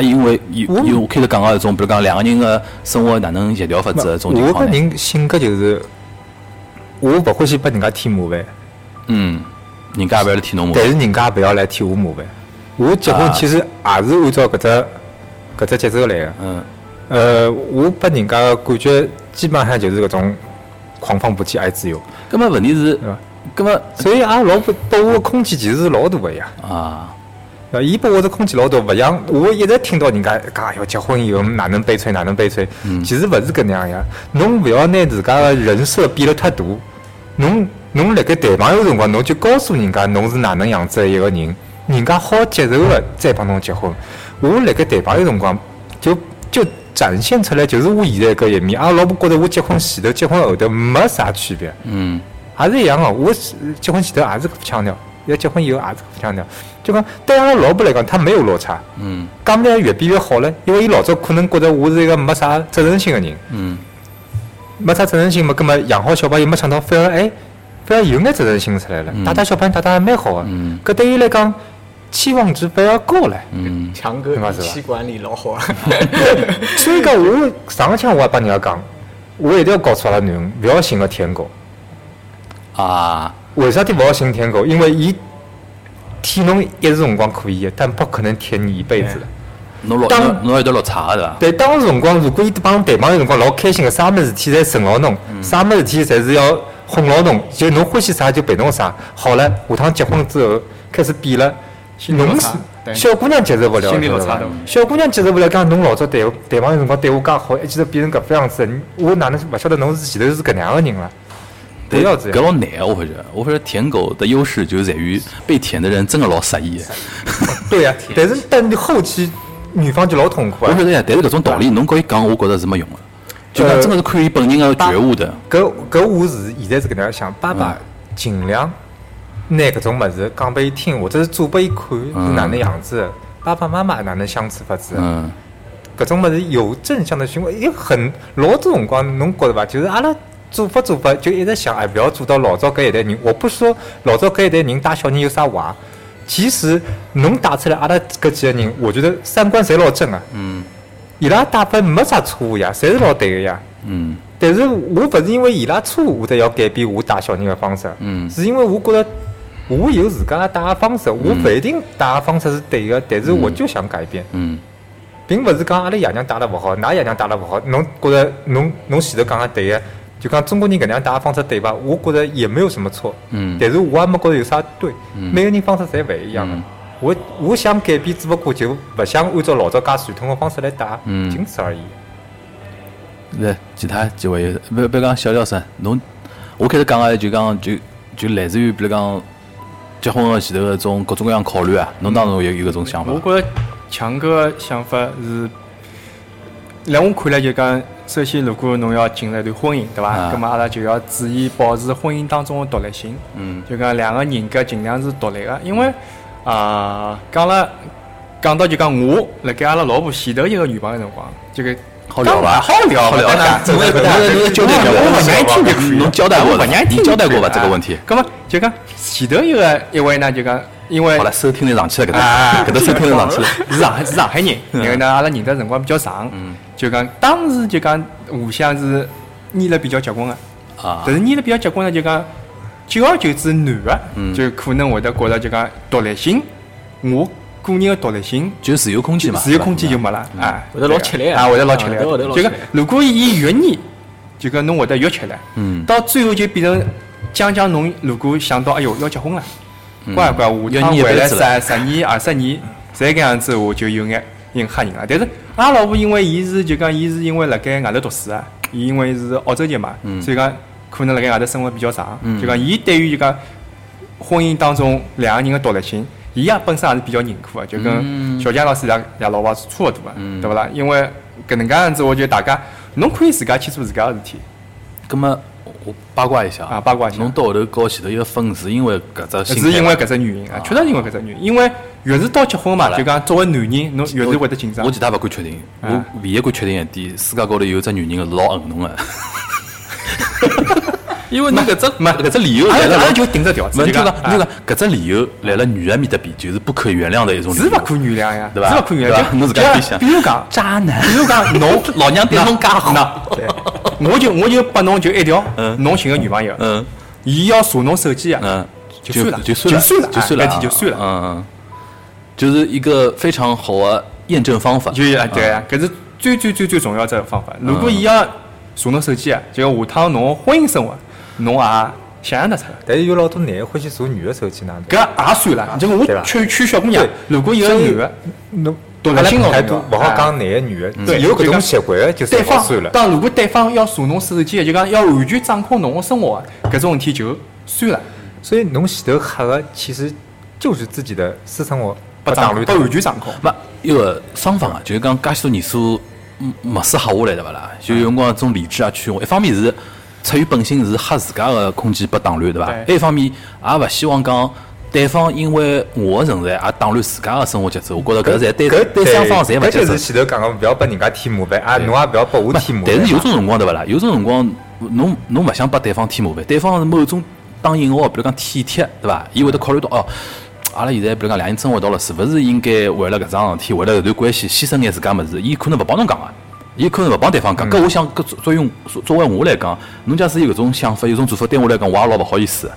Speaker 1: 也因为有有开头讲个一种，比如讲两个人个生活哪能协调法子搿啊种情
Speaker 6: 我
Speaker 1: 况
Speaker 6: 搿
Speaker 1: 呢？
Speaker 6: 人性格就是，我勿欢喜拨人家添麻烦。
Speaker 1: 嗯，人家也勿要来替侬麻
Speaker 6: 但
Speaker 1: 烦。
Speaker 6: 是人家不要来替我麻烦。我结婚其实也是按照搿只搿只节奏来的。
Speaker 1: 嗯
Speaker 6: 呃，我拨人家的感觉基本上就是搿种狂放不羁爱自由，
Speaker 1: 葛末问题是
Speaker 6: 对伐？
Speaker 1: 葛末
Speaker 6: 所以啊阿拉老婆拨我的空间其实是老大个呀。
Speaker 1: 啊，
Speaker 6: 呃，伊拨我的空间老大，勿像我一直听到人家讲，哎哟，结婚以后哪能悲催哪能悲催，其实勿是搿能样呀。侬勿要拿自家个人设变得太大，侬侬辣盖谈朋友辰光，侬就告诉人家侬是哪能样子的一个人，人家好接受个再帮侬结婚。我辣盖谈朋友辰光，就就展现出来就是我现在搿一面。阿啊拉老婆觉得我结婚前头、结婚后头没啥区别。
Speaker 1: 嗯
Speaker 6: 还是一样哦。我是结婚前头也是搿副腔调，要结婚以后也是搿副腔调。就讲对阿拉老婆来讲，她没有落差，
Speaker 1: 嗯
Speaker 6: 讲不定越变越好了。因为伊老早可能觉得我是一个没啥责任心的人，
Speaker 1: 嗯
Speaker 6: 没啥责任心嘛，葛么养好小朋友，没想到反而哎，反而有眼责任心出来了。带带小朋友带带还蛮好的，
Speaker 1: 嗯
Speaker 6: 搿对伊来讲期望值反而高了。
Speaker 1: 嗯
Speaker 5: 强哥
Speaker 6: 是吧
Speaker 5: 一
Speaker 6: 是吧
Speaker 5: 气管理老 好啊，
Speaker 6: 所以讲，我上个腔我也帮人家讲，我一定要告诉阿拉囡恩，勿要寻个舔狗。
Speaker 1: 啊，
Speaker 6: 为啥体勿好寻舔狗？因为伊舔侬一时辰光可以，但不可能舔你一辈
Speaker 4: 哎
Speaker 6: 子的。
Speaker 1: 侬老
Speaker 6: 当
Speaker 1: 侬侬有得落差个对伐？
Speaker 6: 但当时辰光，如果伊帮侬谈朋友辰光老开心个，啥物事体侪顺牢侬，啥物事体侪是要哄牢侬，就侬欢喜啥就陪侬啥。好了，下趟结婚之后开始变了，侬是
Speaker 4: 对
Speaker 6: 小姑娘接受不了，
Speaker 4: 心理落
Speaker 6: 晓得
Speaker 4: 差
Speaker 6: 伐
Speaker 4: 大
Speaker 6: 小姑娘接受不了，讲侬老早谈谈朋友辰光对我介好，一记头变成搿副样子，你我哪能勿晓得侬是前头是搿能样个人了？不要这
Speaker 1: 搿
Speaker 6: 样，
Speaker 1: 老难个，我发觉，我发觉舔狗的优势就在于被舔的人真个老色一。
Speaker 6: 对呀、但是但你后期女方就老痛苦
Speaker 1: 我
Speaker 6: 啊。
Speaker 1: 晓得呀，但是搿种道理侬跟伊讲，我觉着是没用个。就
Speaker 4: 呃
Speaker 1: 讲真个是看伊本人个觉悟的。嗯
Speaker 6: 搿搿我是现在是搿能样想，爸爸尽量拿搿种物事讲拨伊听，或者是做拨伊看是
Speaker 1: 嗯
Speaker 6: 哪能样子的，爸爸妈妈哪能相处法子啊的，
Speaker 1: 嗯
Speaker 6: 搿种物事有正向的循环，也很老多辰光侬觉着伐？就是阿拉做法做法，就一直想，哎，勿要做到老早搿一代人。我不是说老早搿一代人带小人有啥坏，其实侬带出来阿拉搿几个人，我觉得三观侪老正啊，
Speaker 1: 嗯
Speaker 6: 伊拉带法没啥错误呀，侪是老对个呀。
Speaker 1: 嗯
Speaker 6: 但是我勿是因为伊拉错误，我才要改变我带小人的方式，啊
Speaker 1: 嗯
Speaker 6: 是因为我觉得我有自家的带的方式，我勿一定带的方式是对的，但是我就想改变。
Speaker 1: 嗯
Speaker 6: 并勿是讲阿拉爷娘打得勿好，㑚爷娘打得勿好，侬觉着侬侬前头讲个对个，就讲中国人搿能样打方式对伐？我觉着也没有什么错，
Speaker 1: 嗯
Speaker 6: 但是我也没觉着有啥对，
Speaker 1: 嗯
Speaker 6: 每个人方式侪勿一样个。
Speaker 1: 嗯
Speaker 6: 我我想改变，只不过就勿想按照老早介传统个方式来打，
Speaker 1: 嗯
Speaker 6: 仅此而已。
Speaker 1: 来，其他几位，别别讲小廖噻，侬我开始讲啊个就讲就就来自于比如讲结婚个前头搿种各种各样考虑啊，侬当中有有搿种想法
Speaker 4: 我？觉着强哥的想法是，来我看来就讲，首先如果侬要进入一段婚姻，对伐
Speaker 1: 啊？
Speaker 4: 咁么阿拉就要注意保持婚姻当中的独立性。
Speaker 1: 嗯
Speaker 4: 就讲两个人格尽量是独立个，因为啊，讲了讲到就讲我辣盖阿拉老婆前头一个女朋友辰光，这个
Speaker 1: 好聊伐？
Speaker 6: 好聊
Speaker 1: 好聊
Speaker 6: 好
Speaker 1: 伐？
Speaker 6: 真
Speaker 1: 侬
Speaker 6: 的
Speaker 1: 侬侬交代过伐？
Speaker 4: 我不愿意听就可以了
Speaker 1: 侬交代过伐？
Speaker 4: 我不愿意
Speaker 1: 嗯
Speaker 4: 听
Speaker 1: 你交代过伐
Speaker 4: 就
Speaker 1: 这
Speaker 4: 可以了
Speaker 1: 个问题？
Speaker 4: 啊咁么就讲前头一个一位呢，就讲因为
Speaker 1: 好了，收听率上去了，搿搭
Speaker 4: 啊
Speaker 1: 搿搭收听率上 去了。
Speaker 4: 是上海是上海 人，
Speaker 1: 嗯
Speaker 4: 然后呢，阿拉认得辰光比较长，就讲当时就讲互相是捏了比较结棍个，
Speaker 1: 啊
Speaker 4: 但是捏了比较结棍呢，就讲久而久之，男个
Speaker 5: 嗯
Speaker 4: 就可能会得觉着就讲独立性，我个人的独立性。
Speaker 1: 就自由空间嘛，
Speaker 4: 自由空间就没了啊，
Speaker 5: 会得老吃力啊
Speaker 4: 啊，会得老吃力
Speaker 5: 啊会得老
Speaker 4: 就
Speaker 5: 吃力
Speaker 4: 讲如果伊越捏，就讲侬会得越吃力。
Speaker 1: 嗯
Speaker 4: 到最后就变成将将侬如果想到哎哟要结婚了，
Speaker 5: 嗯
Speaker 4: 乖乖，我
Speaker 1: 要
Speaker 4: 趟
Speaker 1: 捏
Speaker 4: 回来
Speaker 1: 杯子了
Speaker 4: 十十年二十年，侪搿样子我就有眼硬吓人了。但是阿拉老婆因为伊是就讲伊是因为辣盖外头读书啊，伊因为是澳洲籍嘛，所以讲可能辣盖外头生活比较长，就讲伊对于就讲婚姻当中两个人的独立性，伊也本身也是比较认可的，啊就跟小江老师伊拉伊拉老婆是差勿多的，啊对勿啦？因为搿能介样子，我觉得大家侬可以自家去做自家的事体。
Speaker 1: 咁么我八卦一下
Speaker 4: 啊八卦一下
Speaker 1: 侬到后头高前头一个分是因为搿只心态
Speaker 4: 是因为搿只原因啊，确实是因为搿只原因，因为越是到结婚嘛，就讲作为男人，侬越是会得紧张
Speaker 1: 我。其他勿敢确定，我
Speaker 4: 啊
Speaker 1: 唯一敢确定一点，世界高头有一只女人老恨侬 个。因为侬 搿只搿只理由
Speaker 4: 阿
Speaker 1: 来
Speaker 4: 拉
Speaker 1: 了
Speaker 4: 阿拉就顶着条子，
Speaker 1: 哎问题
Speaker 4: 就讲
Speaker 1: 个，
Speaker 4: 啊
Speaker 1: 那个搿只理由来了女人面搭比，就是不可原谅的一种理由，
Speaker 4: 是勿可原谅呀，
Speaker 1: 对吧
Speaker 4: 是勿可原
Speaker 1: 对吧
Speaker 4: 谅。
Speaker 1: 侬
Speaker 4: 就
Speaker 1: 自家
Speaker 4: 就
Speaker 1: 想
Speaker 4: 比 如讲，
Speaker 1: 渣男。
Speaker 4: 比如讲 侬
Speaker 1: 老娘对 侬介好，
Speaker 4: 那，我就我就拨侬就一条，侬寻个女朋友，
Speaker 1: 嗯
Speaker 4: 伊要查侬手机啊，
Speaker 1: 嗯，
Speaker 4: 就算了
Speaker 1: 就算了，
Speaker 4: 就算了
Speaker 1: 就算了
Speaker 4: 哎，那题就算了
Speaker 1: 嗯嗯，就是一个非常好的验证方法。
Speaker 4: 就是啊对
Speaker 1: 嗯
Speaker 4: 啊，搿是最最最最重要的只方法。如果伊要查侬手机啊，就下趟侬婚姻生活，侬也想象得出来。
Speaker 6: 但是有老多男的欢喜查女的手机哪能？
Speaker 4: 搿也算了，就我
Speaker 6: 对吧
Speaker 4: 劝劝小姑娘
Speaker 6: 对，
Speaker 4: 如果有个男的，
Speaker 6: 侬
Speaker 4: 独立
Speaker 6: 阿拉
Speaker 4: 性老
Speaker 6: 态
Speaker 4: 重
Speaker 6: 度
Speaker 4: 要
Speaker 6: 勿好
Speaker 4: 啊
Speaker 6: 讲男的女的，
Speaker 4: 对
Speaker 6: 有搿
Speaker 4: 就
Speaker 6: 种
Speaker 4: 讲
Speaker 6: 习惯的就
Speaker 4: 对
Speaker 6: 算好
Speaker 4: 方
Speaker 6: 算了。
Speaker 4: 当如果对方要查侬手机，就讲要完全掌控侬个生活的，搿种事体就算了，
Speaker 6: 所以侬前头吓的其实就是自己的私生活
Speaker 4: 不
Speaker 6: 打
Speaker 4: 掌
Speaker 6: 乱
Speaker 4: 不
Speaker 6: 它，
Speaker 4: 完全掌控。
Speaker 1: 不，一个双方啊，就是讲介许多年数嗯没事吓下来，对勿啦？就有辰光一种理智啊驱我，一方面是出于本性是吓自家个空间被打乱，对伐？
Speaker 4: 对
Speaker 1: 另一方面也勿希望讲对方因为我个存在也打乱自家个生活节奏。我觉着搿侪对
Speaker 6: 搿
Speaker 1: 对双方侪勿
Speaker 6: 搿
Speaker 1: 接
Speaker 6: 就
Speaker 1: 受
Speaker 6: 是。前头讲个，勿要拨人家添麻烦啊，侬也勿要拨我添麻烦。
Speaker 1: 但是有种辰光对勿啦？有种辰光，侬侬勿想拨对方添麻烦，对方是某种打引号，比如讲体贴，对伐？伊会得考虑到哦，阿拉现在比如讲两人生活到了，是勿是应该为了搿桩事体，为了搿段关系牺牲眼自家物事？伊可能勿帮侬讲啊，伊可能勿帮对方讲。
Speaker 5: 嗯
Speaker 1: 搿我想搿作作用作作为我来讲，侬假使有搿种想法，有种做法，对我来讲，我也老勿好意思。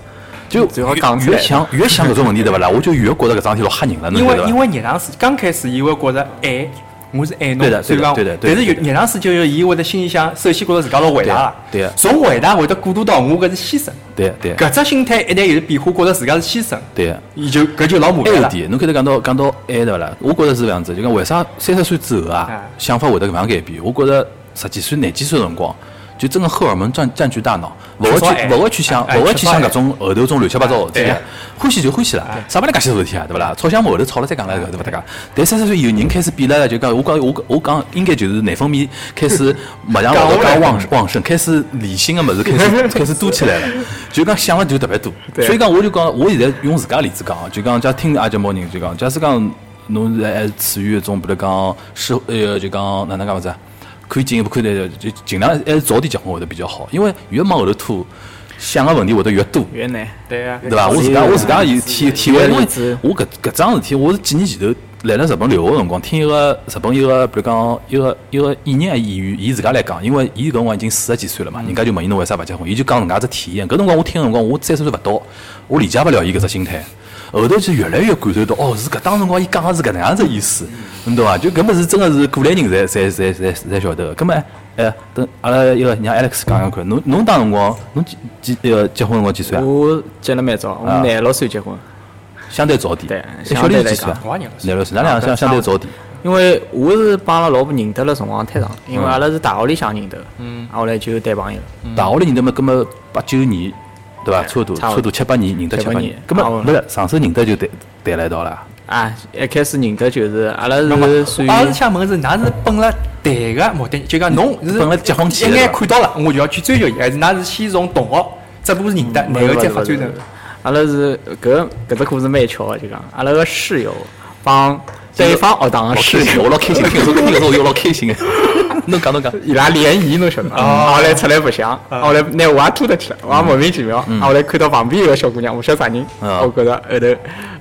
Speaker 1: 就
Speaker 5: 最好
Speaker 1: 越
Speaker 5: 讲出
Speaker 1: 越
Speaker 5: 来
Speaker 1: 想越想搿种问题对勿啦？我就越觉着搿桩事体老吓人了，侬
Speaker 4: 因为
Speaker 1: 觉得伐
Speaker 4: 因为热浪师刚开始伊会觉着爱，我是爱侬，
Speaker 1: 对的
Speaker 4: 所以
Speaker 1: 对的
Speaker 4: 讲
Speaker 1: 对的，对
Speaker 4: 但
Speaker 1: 的对
Speaker 4: 是有
Speaker 1: 的
Speaker 4: 热浪师就是伊会得心里想，首先觉着自家老伟大了，
Speaker 1: 对的对的
Speaker 4: 从伟大会得过渡到我搿是牺牲，
Speaker 1: 对对
Speaker 4: 搿只心态一旦有变化，觉着自家是牺牲，
Speaker 1: 对。
Speaker 4: 伊就搿就老麻
Speaker 1: 还
Speaker 4: 烦
Speaker 1: 有一
Speaker 4: 了。
Speaker 1: 点，侬开头讲到讲到爱对勿啦？我觉着是搿样子，就讲为啥三十岁之后啊
Speaker 4: 啊，
Speaker 1: 想法会得搿能样改变？我觉着十几岁、廿几岁的辰光，就真个荷尔蒙占占据大脑，勿会
Speaker 6: 缺少
Speaker 1: 去
Speaker 6: 爱
Speaker 1: 勿会去想
Speaker 6: 哎
Speaker 1: 勿会
Speaker 6: 缺
Speaker 1: 去
Speaker 6: 少
Speaker 1: 想
Speaker 6: 爱
Speaker 1: 搿种后头种乱七八糟的事体
Speaker 6: 对
Speaker 1: 啊，欢喜就欢喜了，啥物事介些事体啊，对勿啦？吵相骂后头吵了再讲了，对勿大家？但三十岁以后人开始变了，就讲我讲我讲我讲应该就是内分泌开始勿像老早
Speaker 6: 讲
Speaker 1: 介
Speaker 6: 我
Speaker 1: 旺旺盛，开始理性个物事开始开始多起来了，就讲想了就特别多。
Speaker 6: 对
Speaker 1: 所以讲我就讲我现在用自家例子讲啊，就讲假如听阿节目人就讲，假使讲侬现在还处于一种比如讲是呃就讲哪能讲法子啊？可以进一步看待，就尽量还是早点结婚会得比较好，因为越往后头拖，想个问题会得越多。
Speaker 5: 越难。
Speaker 4: 对啊，
Speaker 1: 对伐？我自家我自家有体体会，因为我搿搿桩事体，我是几年前头来了日本留学个辰光，听一个日本一个，比如讲一个一个演员还演员，伊自家来讲，因为伊搿辰光已经四十几岁了嘛，人家就问伊侬为啥勿结婚，伊就讲人家只体验。搿辰光我听个辰光，我三十岁勿到，我理解勿了伊搿只心态。后头就越来越感受到，哦，是搿当辰光伊讲个是搿能样子意思，侬懂伐？就搿么是真个是过来人才才才才才晓得。搿么，哎，等阿拉一个让 Alex 讲讲看，侬侬当辰光，侬几几呃结婚辰光几岁啊？
Speaker 5: 我结了蛮早，我
Speaker 1: 啊
Speaker 5: 廿六岁结婚，
Speaker 1: 相对早点。
Speaker 5: 对
Speaker 1: 哎
Speaker 5: 相
Speaker 1: 小
Speaker 5: 对
Speaker 1: 李
Speaker 5: 来
Speaker 1: 几岁啊
Speaker 5: 讲？
Speaker 4: 我也廿六岁
Speaker 1: 廿六岁，咱
Speaker 5: 啊
Speaker 1: 俩相相对早点。嗯
Speaker 5: 因为我是帮阿拉老婆认得了辰光太长，因为阿拉是大学里向认得，嗯，后来就谈朋友，
Speaker 1: 大学里认得嘛，葛么八九年，对伐？差不多，
Speaker 5: 嗯
Speaker 1: 差
Speaker 5: 差不多
Speaker 1: 不多七八年认得
Speaker 5: 七
Speaker 1: 七
Speaker 5: 八
Speaker 1: 八年
Speaker 5: 年。
Speaker 1: 葛么
Speaker 5: 啊
Speaker 1: 不是上手认得就谈谈了一道了。
Speaker 5: 啊，一开始认得就是阿拉是属于
Speaker 4: 我是想问是，㑚是奔了谈个目的，就讲侬是
Speaker 1: 奔了结婚去
Speaker 4: 一
Speaker 1: 的
Speaker 4: 眼
Speaker 1: 对吧
Speaker 4: 看到了，我就要去追求伊，还是㑚是先从同学这步是认得，然后再发展成？
Speaker 5: 阿拉是搿搿只故事蛮巧的，就讲阿拉个室友帮对方学堂
Speaker 1: 老
Speaker 5: 个室
Speaker 1: 开心，
Speaker 5: 友
Speaker 1: 我，老开 心，听说听说我老开心。侬讲侬讲，
Speaker 5: 伊拉联谊侬晓得伐？后来出来白相，后来拿我也拖得去了，我也莫名其妙，后来看到旁边有个小姑娘，勿晓得啥人，
Speaker 1: 嗯啊
Speaker 5: 我觉着后头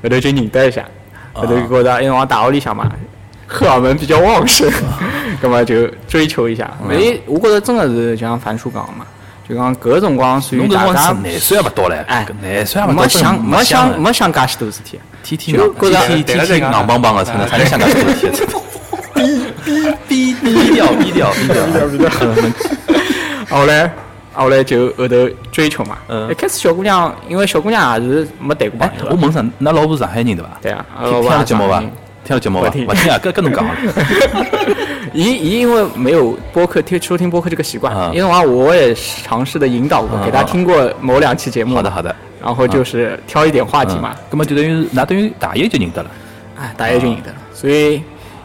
Speaker 5: 后头就认得一下，后头就觉着因为我大学里向嘛。荷尔蒙比较旺盛，
Speaker 1: 啊
Speaker 5: 葛么就追求一下。
Speaker 1: 嗯
Speaker 5: 哎，我觉着真的是就像樊叔讲的嘛，就讲搿辰光属于
Speaker 1: 侬搿
Speaker 5: 大
Speaker 1: 辰
Speaker 5: 家
Speaker 1: 光廿岁还勿到嘞，
Speaker 5: 哎
Speaker 1: 廿岁还勿到，
Speaker 5: 没想
Speaker 1: 真的
Speaker 5: 没想
Speaker 1: 没啊
Speaker 5: 没想介许多事体，
Speaker 1: 天天
Speaker 5: 就
Speaker 1: 硬
Speaker 5: 觉得
Speaker 1: 天天天
Speaker 5: 啊
Speaker 1: 天硬邦邦的，真
Speaker 5: 哎
Speaker 1: 的，啥人想干啥事体？ 真的逼逼逼掉逼掉逼掉逼掉。
Speaker 5: 后来后来就后头追求嘛。一开始小姑娘，因为小姑娘也是没谈
Speaker 1: 嗯
Speaker 5: 过
Speaker 1: 哎
Speaker 5: 朋友
Speaker 1: 我
Speaker 5: 的，
Speaker 1: 问上，㑚老婆上海人对伐？
Speaker 5: 对啊
Speaker 1: 听听
Speaker 5: 老婆
Speaker 1: 了
Speaker 5: 也
Speaker 1: 节目伐
Speaker 5: 上海人？
Speaker 1: 听了节目伐？
Speaker 5: 不听
Speaker 1: 勿听啊，搿搿侬讲了。
Speaker 5: 伊伊因为没有播客听收听播客这个习惯
Speaker 1: 啊，
Speaker 5: 因为啊我也尝试的引导过，
Speaker 1: 啊
Speaker 5: 给她听过某两期节目，
Speaker 1: 好的好的，
Speaker 5: 然后就是挑一点话题嘛，
Speaker 1: 咁么就等于嗯啊那等于大一就认得了。嗯
Speaker 5: 哎，大家就认得了。所以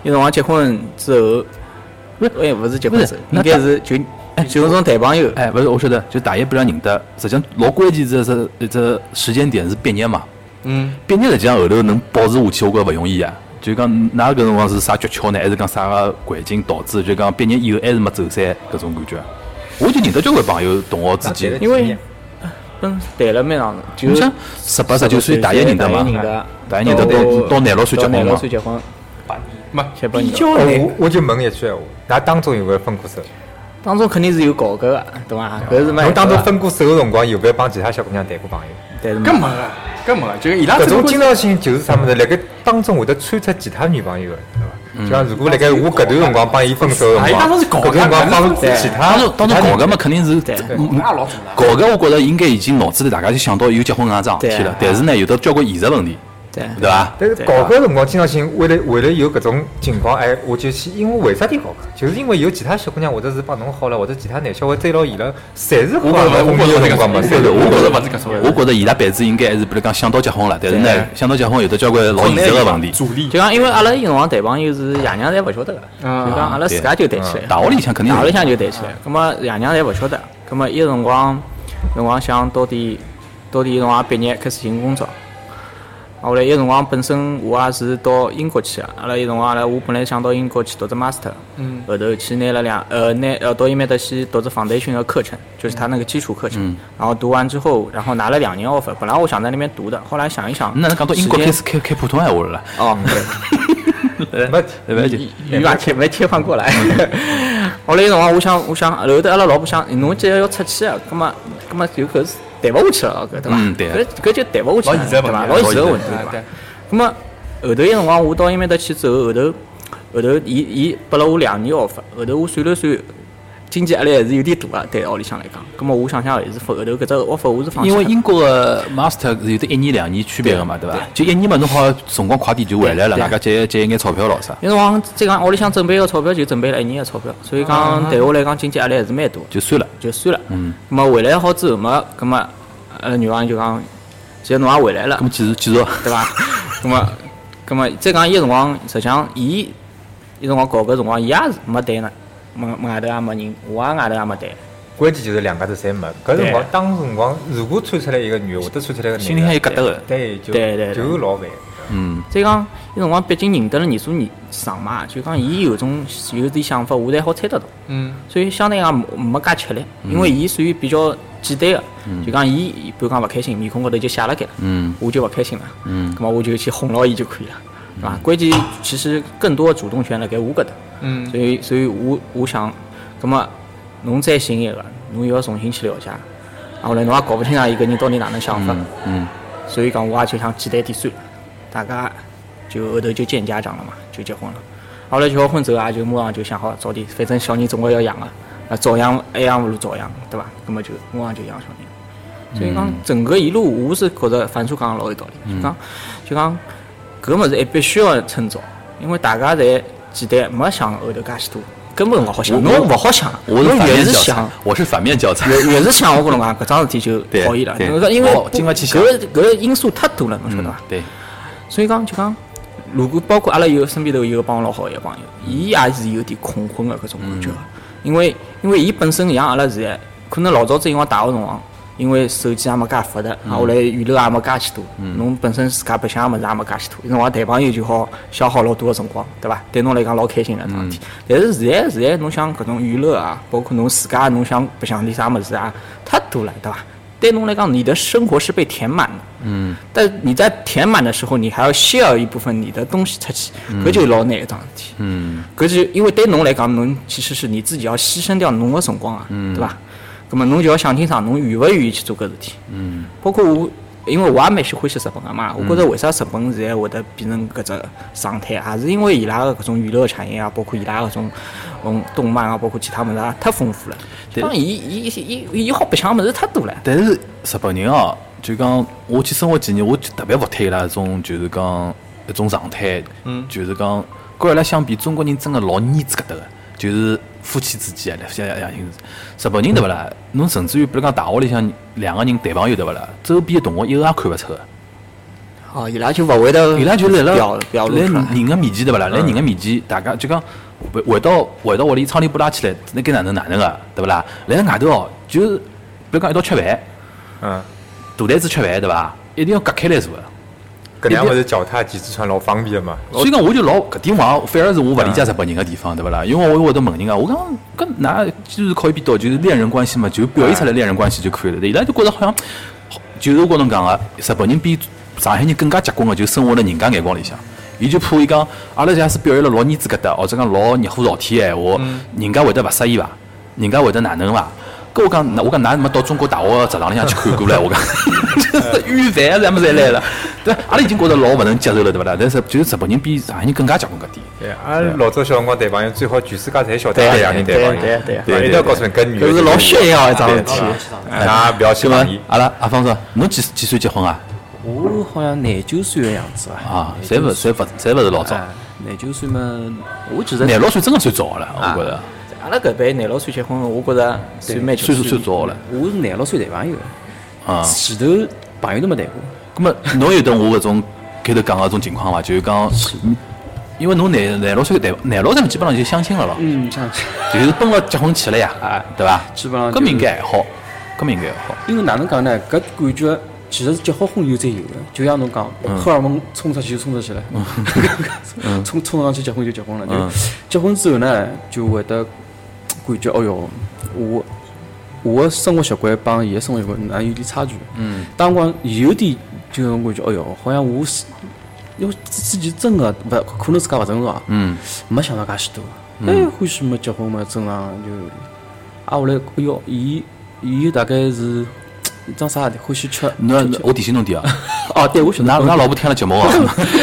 Speaker 5: 有辰光结婚之后，不是，也不是结婚之后，
Speaker 1: 不是哎
Speaker 5: 应该是就就搿种谈朋友，
Speaker 1: 哎，勿是，我晓得，就大一不让认得，实际上老关键这这这时间点是毕业嘛。
Speaker 4: 嗯，
Speaker 1: 毕业实际上后头能保持下去，我觉着勿容易啊。就讲㑚搿辰光是啥诀窍呢？还是讲啥个环境导致？就讲毕业以后还是没走散搿种感觉？我就认得交关朋友同学之间，
Speaker 5: 因为嗯谈了蛮长的，就
Speaker 1: 你
Speaker 5: 是
Speaker 1: 想十八十九岁大一认得嘛？大一认得到到廿六岁结婚
Speaker 5: 到廿六
Speaker 1: 嘛
Speaker 5: 岁？结婚，
Speaker 4: 没
Speaker 5: 结婚
Speaker 4: 比
Speaker 5: 了
Speaker 4: 较难
Speaker 6: 哦我我就问一句闲话，㑚当中有没有分过手？
Speaker 5: 当中肯定是有搞搿个，懂
Speaker 1: 啊
Speaker 5: 伐？搿是没
Speaker 6: 侬
Speaker 5: 办法
Speaker 6: 当
Speaker 5: 的
Speaker 6: 中分过手的辰光，有没有帮其他小姑娘谈过朋友？
Speaker 5: 但是
Speaker 4: 搿
Speaker 5: 嘛，
Speaker 4: 没啊，搿没啊，就伊拉
Speaker 6: 搿种经
Speaker 4: 经
Speaker 6: 常性就是啥物事，辣盖当中会得穿插其他女朋友的，对伐？
Speaker 1: 嗯
Speaker 6: 就像如果辣盖我搿段辰光帮伊分手的
Speaker 4: 哎
Speaker 6: 辰
Speaker 4: 当
Speaker 6: 光，
Speaker 4: 中是搞
Speaker 6: 搿段辰光
Speaker 4: 搿
Speaker 6: 帮
Speaker 4: 搿是
Speaker 6: 其
Speaker 1: 当
Speaker 6: 他
Speaker 1: 中当中搞搿嘛，肯定是
Speaker 5: 对
Speaker 1: 嗯
Speaker 4: 也老正常。
Speaker 1: 搞搿，我觉着应该已经脑子里大家就想到有结婚搿桩事体
Speaker 5: 对
Speaker 1: 了
Speaker 5: 啊，
Speaker 1: 但是呢，有的交关现实问题，
Speaker 5: 对
Speaker 1: 对伐？
Speaker 6: 但是搞搿辰光，经常性为了为了有搿种情况，哎，我就去，因为为啥体搞搿？就是因为有其他小姑娘，或者是帮侬好了，或者其他男小孩追牢伊了，侪是好啊
Speaker 4: 我觉着
Speaker 6: 了。
Speaker 4: 我觉着
Speaker 6: 有
Speaker 4: 这
Speaker 6: 辰
Speaker 4: 个
Speaker 6: 光嘛，
Speaker 4: 我
Speaker 6: 侪
Speaker 4: 觉
Speaker 6: 是
Speaker 4: 着
Speaker 6: 好
Speaker 4: 我
Speaker 6: 了
Speaker 4: 觉着勿是搿种。
Speaker 1: 我觉着伊拉辈子应该还是，比如讲想到结婚了，但是呢，想到结婚有的交关老现实个问题。
Speaker 4: 阻力
Speaker 5: 就讲因为阿拉有辰光谈朋友是爷娘侪勿晓得个，就讲阿拉自家就谈起来，
Speaker 1: 大学里向肯定
Speaker 5: 大
Speaker 1: 是
Speaker 5: 学里向就谈起来，葛末爷娘侪勿晓得，葛末伊辰光辰光想到底到底有辰光毕业开始寻工作。啊后来有辰光本身我也是到英国去的，阿拉有辰光阿拉我本来想到英国去读只 master，嗯，后头去拿了两呃拿呃到伊面搭去读只 foundation 的课程，就是他那个基础课
Speaker 1: 嗯
Speaker 5: 程，然后读完之后，然后拿了两年 offer，本来我想在那边读的，后来想一想，
Speaker 1: 那讲到英国
Speaker 5: 时
Speaker 1: 开
Speaker 5: 间
Speaker 1: 始开开普通闲话了啦，
Speaker 5: 哦，对。
Speaker 6: 没
Speaker 1: 对勿对？
Speaker 5: 语法切没切换过来。后来有辰光， 我想，我想，后头阿拉老婆想，哎侬既然要出去啊，葛么，葛么就搿是谈勿下去了，搿对伐？
Speaker 1: 嗯对
Speaker 5: 搿搿就谈勿下去
Speaker 4: 老
Speaker 5: 了，
Speaker 4: 现实的
Speaker 5: 对伐？老
Speaker 4: 问题
Speaker 5: 现实个问题，
Speaker 4: 啊
Speaker 5: 对
Speaker 4: 对
Speaker 5: 伐？葛么后头有辰光，我到伊面搭去之后，后头后头伊伊拨了我两年 offer，后头我算了算，经济压力还是有点大啊个，对学里向来讲。葛么我想想也是后头搿只 offer 我是放弃
Speaker 1: 因为
Speaker 5: 脱
Speaker 1: 英国个 master 是有得一年两年区别个嘛，对伐？就一年嘛，侬好像辰光快点就回来了，
Speaker 5: 对
Speaker 1: 大家节约节约眼钞票咯啥，
Speaker 5: 因为往再讲屋里向准备个钞票就准备了一年个钞票，所以
Speaker 1: 啊
Speaker 5: 讲对我来讲经济压力还是蛮大，
Speaker 1: 就算了。
Speaker 5: 就算了。嗯。葛么回来好之后嘛，葛么阿拉女王就讲，既然侬也回来了
Speaker 1: 咁，继续继续，
Speaker 5: 对伐？葛么葛么再讲伊个辰光，实际上伊伊辰光搞搿辰光，伊也是没对呢，没没外头也没人，我也外头也没对。
Speaker 6: 关键就是两家头侪没。搿辰光，当辰光如果窜出来一个女的，或者窜出来一个男的，
Speaker 1: 心里向有疙瘩个
Speaker 6: 对，就
Speaker 5: 对对对
Speaker 6: 就老烦。
Speaker 1: 嗯，
Speaker 5: 再讲，伊辰光毕竟认得了年数年长嘛，就讲伊有种有点想法，我才好猜得到。
Speaker 4: 嗯，
Speaker 5: 所以相对讲没没介吃力，因为伊属于比较简单个，就讲伊比如讲勿开心，面孔高头就写辣盖，
Speaker 1: 嗯，
Speaker 5: 我就勿开心了，嗯，咁么我就去哄牢伊就可以了，对伐？关键其实更多的主动权辣盖我搿搭，
Speaker 4: 嗯
Speaker 5: 所以所以我我想，咁么侬再寻一个，侬又要重新去了解，啊，后来侬也搞勿清爽伊搿人到底哪能想法，
Speaker 1: 嗯，
Speaker 5: 所以讲我也就想简单点算了，大家就后头就见家长了嘛，就结婚了。后来结好婚之后，啊也就马上就想好早点，反正小人总归要养个，啊，早养还养勿如早养，对伐？那么就马上就养小人。所以讲，整个一路我是觉着范叔讲得老有道理，就讲就讲搿物事还必须要趁早，因为大家侪简单，没想后头介许多，根本勿好想，
Speaker 1: 我
Speaker 5: 侬勿好想，
Speaker 1: 我
Speaker 5: 侬
Speaker 1: 是反
Speaker 5: 越
Speaker 1: 面
Speaker 5: 是
Speaker 1: 教
Speaker 5: 想
Speaker 1: 材，，我是反面教材。
Speaker 5: 越越是想我跟侬讲，搿桩事体就
Speaker 1: 对
Speaker 5: 讨厌了，
Speaker 1: 对
Speaker 5: 因为因为
Speaker 1: 哦
Speaker 5: 不
Speaker 1: 经勿起想
Speaker 5: 搿搿因素太多了，侬晓得伐？
Speaker 1: 对，
Speaker 5: 所以讲就讲，如果包括阿拉有身边头有个帮我老好个一个朋友，伊也是有点恐婚个搿种感觉，因为因为伊本身像阿拉现在，可能老早子因为大学辰光，因为手机也没介发达，啊，后来娱乐也没介许多，侬本身自家白相个物事也没介许多，有辰光谈朋友就好消耗老多个辰光，对伐？对侬来讲老开心个桩事体。但是现在现在侬想搿种娱乐啊，包括侬自家侬想白相点啥物事啊，太多了，对伐？对侬来讲，你的生活是被填满的。嗯。但你在填满的时候，你还要 share 一部分你的东西出去，搿就老难一桩事体。嗯。搿就因为对侬来讲，侬其实是你自己要牺牲掉侬个辰光啊，对伐？葛么侬就要想清爽，侬愿勿愿意去做搿事体。嗯。包括我，因为我也蛮喜欢喜日本个嘛，我觉着为啥日本现在会得变成搿只状态，也是因为伊拉个搿种娱乐产业啊，包括伊拉搿种嗯动漫啊，包括其他物事啊，太丰富了。
Speaker 1: 对
Speaker 5: 当伊伊伊伊伊好白相物事太多了。
Speaker 1: 但是日本人哦，就讲我去生活几年，我就特别服推伊拉一种，就是讲一种状态，嗯，就是讲跟伊拉相比，中国人真个老腻子疙瘩个，就是夫妻之间啊，两两两性之间，日本人对勿啦？侬甚至于比如讲大学里向两个人谈朋友对勿啦？周边的同学一个也看勿出个。
Speaker 5: 哦，伊拉就勿会得，
Speaker 1: 伊拉就是辣
Speaker 5: 表
Speaker 1: 辣
Speaker 5: 表露
Speaker 1: 辣
Speaker 5: 出来。
Speaker 1: 人个面前对勿啦？辣人个面前，大家就讲回回到回到屋里，窗帘布拉起来，那该哪能哪能个，对勿啦？辣外头哦，就是比如讲一道吃饭，
Speaker 6: 嗯，
Speaker 1: 大台子吃饭对伐？一定要隔开来坐个。
Speaker 6: 搿两物事脚踏几只船老方便的嘛。
Speaker 1: 所以讲，我就老搿点往反而是我勿理解日本人个地方，对勿啦？因为我会得问人家，我讲搿㑚就是靠一边倒，就是恋人关系嘛，就表现出来恋人关系就可以了。对伊拉就觉着好像，好就是我跟侬讲个，日本人比上海人更加结棍个，就生活辣人家眼光里向。伊就怕伊讲，阿拉假使表现了老腻子疙瘩，或者讲老热火朝天个闲话，人家会得勿适意伐？人家会得哪能伐？搿我讲，那我讲，㑚没到中国大学食堂里向去看过唻？我讲， 就是御饭啊咱们侪来了，对，阿拉已经觉着老勿能接受了，对勿啦？但是就是日本人比上海人更加结棍搿点。
Speaker 6: 对，阿拉啊老早小辰光谈朋友，最好全世界侪晓得
Speaker 5: 对
Speaker 6: 阿拉两人谈朋友。
Speaker 5: 对对对
Speaker 6: 阿拉一定要告诉你搿女的
Speaker 5: 搿是老炫耀的一桩事体
Speaker 6: 对对对那啊不要去
Speaker 1: 对伐
Speaker 6: 碰伊？。
Speaker 1: 阿拉阿芳说，侬几几岁结婚啊？
Speaker 3: 我好像廿九岁个样子伐？
Speaker 1: 啊，侪勿侪勿侪勿是老早，
Speaker 3: 啊，廿九岁嘛，我其实
Speaker 1: 廿六岁真个算早个了，我觉着。
Speaker 5: 阿拉搿辈廿六岁结婚，我觉着算蛮
Speaker 1: 岁数算早了
Speaker 3: 我是廿六岁谈朋友的，
Speaker 1: 啊，
Speaker 3: 前头朋友都没谈过。
Speaker 1: 咁么侬有得我搿种开头讲个种情况伐？就是讲，因为侬廿廿六岁谈廿六岁基本上就相亲了咯，
Speaker 3: 嗯，这样子。
Speaker 1: 就是奔了结婚去了呀，
Speaker 5: 哎
Speaker 1: 对伐？
Speaker 3: 基本上就
Speaker 1: 搿么应该还好，搿么应该还好。
Speaker 3: 因为哪能讲呢？搿感觉其实是结好婚以后才有的，就像侬讲，荷尔蒙冲出去就冲出去了，冲冲上去结婚就结婚了。就结婚之后呢，就会得感觉，哦哟，我我的生活习惯帮伊的生活习惯哪有点差距。嗯，当光有点就搿种感觉，哦哟，好像我是。因为自自己真的勿可能自家勿成熟啊，嗯，没想到介许多，哎，欢喜没结婚嘛，正常就啊，后来，哎哟，伊伊大概是一张啥欢喜吃，
Speaker 1: 那那我提醒侬点 啊，
Speaker 3: 哦，对，我晓得，
Speaker 1: 㑚㑚老婆听了节目啊，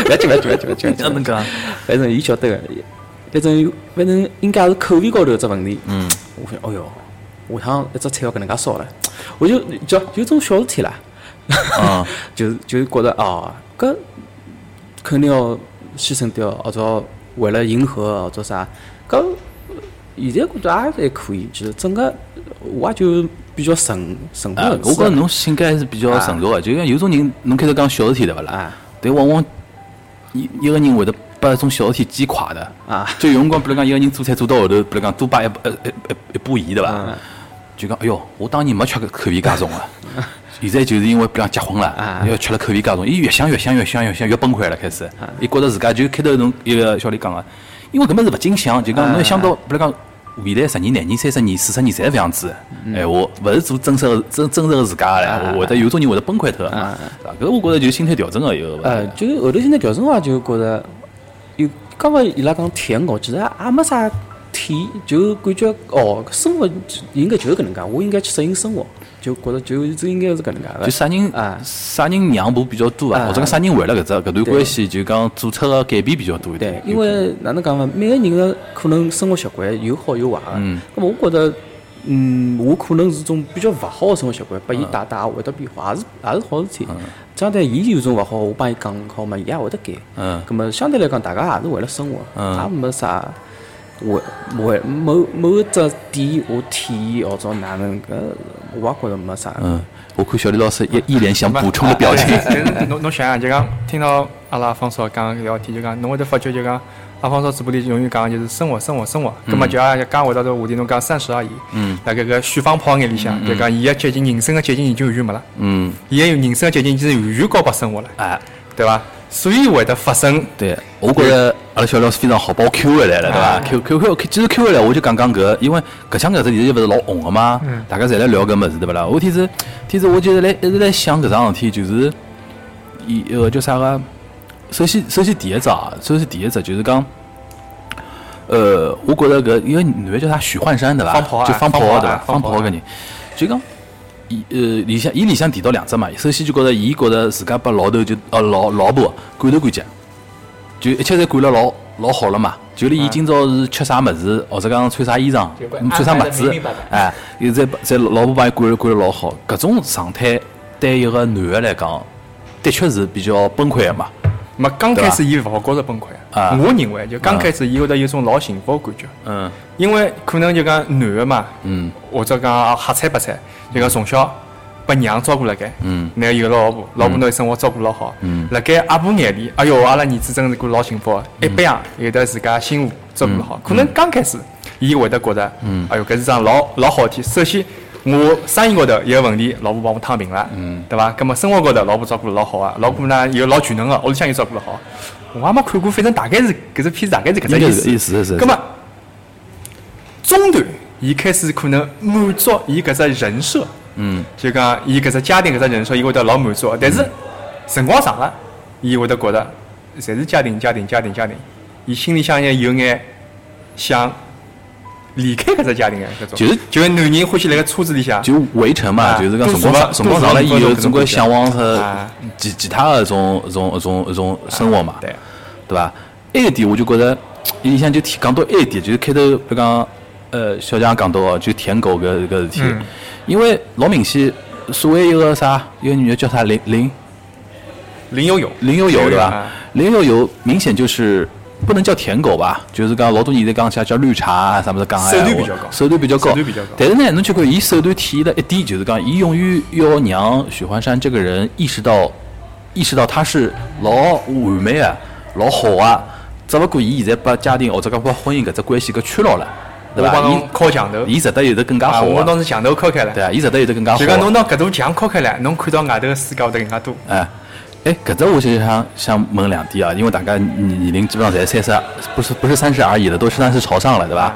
Speaker 3: 不要紧，不要紧，不要紧，不要紧，
Speaker 1: 哪能讲？
Speaker 3: 反正伊晓得个，反正反正应该是口味高头有只问题。嗯，我想，哦哟，下趟一只菜要搿能介烧了，我就就就种小事体啦，
Speaker 1: 啊，
Speaker 3: 就是就是觉着哦，搿肯定要牺牲掉，或者为了迎合或者啥，搿现在觉着也还可以，就是整个我也就比较成成
Speaker 1: 啊
Speaker 3: 本，
Speaker 1: 我觉着侬性格还是比较成熟个，就像有种人，侬开头讲小事体对勿啦？
Speaker 3: 啊
Speaker 1: 但往往一一个人会得把一种小事体击垮的。
Speaker 3: 啊
Speaker 1: 就有辰光，比如讲一个人做菜做到后头，比如讲多摆一呃把一一一一把盐对
Speaker 3: 啊
Speaker 1: 伐？就讲哎哟，我当年没吃个口味介重 个，现在就是因为比如讲结婚了
Speaker 3: 啊，
Speaker 1: 要呃吃了口味介重，伊越想越想越想越想越崩溃了，开始，
Speaker 3: 嗯
Speaker 1: 伊觉着自家就开头侬一个小李讲个，啊因为搿么是勿经想，就
Speaker 3: 嗯
Speaker 1: 讲侬一想到比如讲。未来十年、廿年、三十年、四十年，侪搿样子，
Speaker 3: 嗯
Speaker 1: 哎，我勿是做真实个、真真实个自家嘞，我会得有种人会得崩溃脱，对
Speaker 3: 嗯
Speaker 1: 伐？搿我觉着就是心态调整个一个
Speaker 3: 呃，
Speaker 1: 问题。
Speaker 3: 就是后头现在调整话就觉着，有刚刚伊拉讲甜哦，其实也没啥甜，就感觉哦，生活应该就是搿能介，我应该去适应生活，就觉着就就应该是搿能介的。
Speaker 1: 就啥人
Speaker 3: 啊
Speaker 1: 啥人让步比较多啊，
Speaker 3: 啊
Speaker 1: 或者讲啥人为了搿只搿段
Speaker 3: 对
Speaker 1: 关系就讲做出个改变比较多一
Speaker 3: 对
Speaker 1: 点，。
Speaker 3: 因为哪能讲嘛，每个人的可能生活习惯有好有坏个。
Speaker 1: 嗯。
Speaker 3: 那么我觉得，嗯，我可能是种比较勿好的生活习惯，
Speaker 1: 嗯
Speaker 3: 拨伊带带也会得变化，也是也是好事体。相对伊有种勿好，我帮伊讲好嘛，伊也会得改。
Speaker 1: 嗯
Speaker 3: 咁么相对来讲，大家也是为了生活，
Speaker 1: 嗯
Speaker 3: 也没啥。为为某某一只点我体验或者哪能个，我也觉着没啥。
Speaker 1: 嗯，我看小李老师一一脸想补充的表 情。
Speaker 4: 但是哎侬侬想想，就讲听到阿拉方少讲搿聊天，就讲侬会得发觉就讲阿方少直播里永远讲就是生活生活生活，
Speaker 1: 嗯
Speaker 4: 葛末就也也讲回到这个话题，侬讲三十而已，嗯，辣搿个选方炮眼里向，就讲伊个捷径人生个捷径已经完全没了，
Speaker 1: 嗯，
Speaker 4: 伊个人生个捷径已经是完全交拨生活了，
Speaker 1: 哎，
Speaker 4: 对伐？所以会得发生
Speaker 1: 对，我觉着阿拉小李老师非常好，把我 Q 回来了，对
Speaker 4: 啊
Speaker 1: 伐？Q Q Q，其实 Q 回来我就讲讲搿，因为搿腔搿只现在勿是老红个嘛，
Speaker 4: 嗯
Speaker 1: 大家侪来聊搿物事，对勿啦？我天是天是，我就是来一直来想搿桩事体，就是伊呃叫啥个？首先首先第一只啊，首先第一只就是讲。呃，我觉着搿一个男的叫啥许幻山对伐？
Speaker 4: 放炮啊
Speaker 1: 就放炮
Speaker 4: 放炮
Speaker 1: 啊
Speaker 4: 啊
Speaker 1: 对伐？放
Speaker 4: 放
Speaker 1: 炮
Speaker 4: 炮
Speaker 1: 搿人，就讲伊呃里向伊里向提到两只嘛，首先就觉着伊觉着自家把老头就呃老老婆管头管脚，就一切侪管了老老好了嘛。就连伊今朝是吃啥物事，或者讲穿啥衣裳
Speaker 5: 嗯就会，
Speaker 1: 嗯穿啥
Speaker 5: 安
Speaker 1: 袜
Speaker 5: 排得
Speaker 1: 子
Speaker 5: 明明白白，
Speaker 1: 哎，又在在老婆帮伊管了管了老好，搿种状态对一个男的来讲，的确是比较崩溃的嘛。
Speaker 4: 没刚开始伊勿好觉着崩溃
Speaker 1: 啊
Speaker 4: 我认为就刚开始伊会得有种老幸福个感觉，
Speaker 1: 嗯
Speaker 4: 因为可能就讲男个嘛，
Speaker 1: 嗯
Speaker 4: 或者讲瞎猜白猜，就讲从小把娘照顾辣盖，
Speaker 1: 嗯
Speaker 4: 然后有个老婆，老婆拿伊生活照顾老好，
Speaker 1: 嗯
Speaker 4: 辣盖阿婆眼里，哎哟，阿拉儿子真是过老幸福的，一般啊有得自家辛苦照顾
Speaker 1: 嗯
Speaker 4: 好，可能刚开始伊会得觉得，哎哟，搿是桩老老好体。首先，我生意高头有问题，老婆帮我摊平了，
Speaker 1: 嗯
Speaker 4: 对伐？葛末生活高头，老婆照顾得老好啊，老婆呢又老全能个，啊屋里向又照顾得好。我也没看过，反正大概是搿只片子，大概是搿只
Speaker 1: 应该
Speaker 4: 意
Speaker 1: 是
Speaker 4: 思。
Speaker 1: 意思是是
Speaker 4: 葛末中段，伊开始可能满足伊搿只人设，
Speaker 1: 嗯，
Speaker 4: 就讲伊搿只家庭搿只人设，伊会得老满足。但是辰光长了，伊会得觉得，侪是家庭家庭家庭家庭，伊心里向也有眼想离开搿只家庭的搿种。
Speaker 1: 就是
Speaker 4: 就是男人欢喜辣盖车子里向，
Speaker 1: 就围城嘛，
Speaker 4: 啊
Speaker 1: 就是讲辰光长
Speaker 4: 都是嘛
Speaker 1: 辰光长了以
Speaker 4: 都是
Speaker 1: 后，
Speaker 4: 嘛
Speaker 1: 总归向往和
Speaker 4: 啊
Speaker 1: 其其他的一种一种一种一种生活嘛。
Speaker 4: 对啊
Speaker 1: 对伐？埃个点我就觉着，伊里向就提讲到埃点，就是开头比如讲，呃，小强讲到哦，就舔狗搿搿事体，因为老明显，所谓一个啥，一个女的叫啥林林
Speaker 4: 林有有，
Speaker 1: 林悠悠对
Speaker 4: 啊
Speaker 1: 伐？林悠悠明显就是不能叫舔狗吧，就是讲老多现在讲啥叫绿茶啊，啥么子讲啊
Speaker 4: 手段比较高
Speaker 1: 手段比较高，
Speaker 4: 手段比较高
Speaker 1: 但是呢，侬去看伊手段体现的一点，就是讲伊永远要让许幻山这个人意识到，意识到他是老完美啊，老好啊，只不过伊现在把家庭或哦者讲把婚姻搿只关系给圈牢了，对
Speaker 4: 我
Speaker 1: 伐？
Speaker 4: 帮侬
Speaker 1: 伊
Speaker 4: 敲墙头，
Speaker 1: 伊值得有得更加
Speaker 4: 啊，
Speaker 1: 好
Speaker 4: 我
Speaker 1: 啊，
Speaker 4: 当时墙头敲开了
Speaker 1: 对。啊，伊值得有得更加好
Speaker 4: 就
Speaker 1: 啊。
Speaker 4: 讲侬拿搿堵墙敲开来，侬看到外头个世界会得更加多。
Speaker 1: 哎，哎，搿只我就想想问两点啊，因为大家年年龄基本上侪三十，不是不是三十而已了，都是三十朝上了，对伐？啊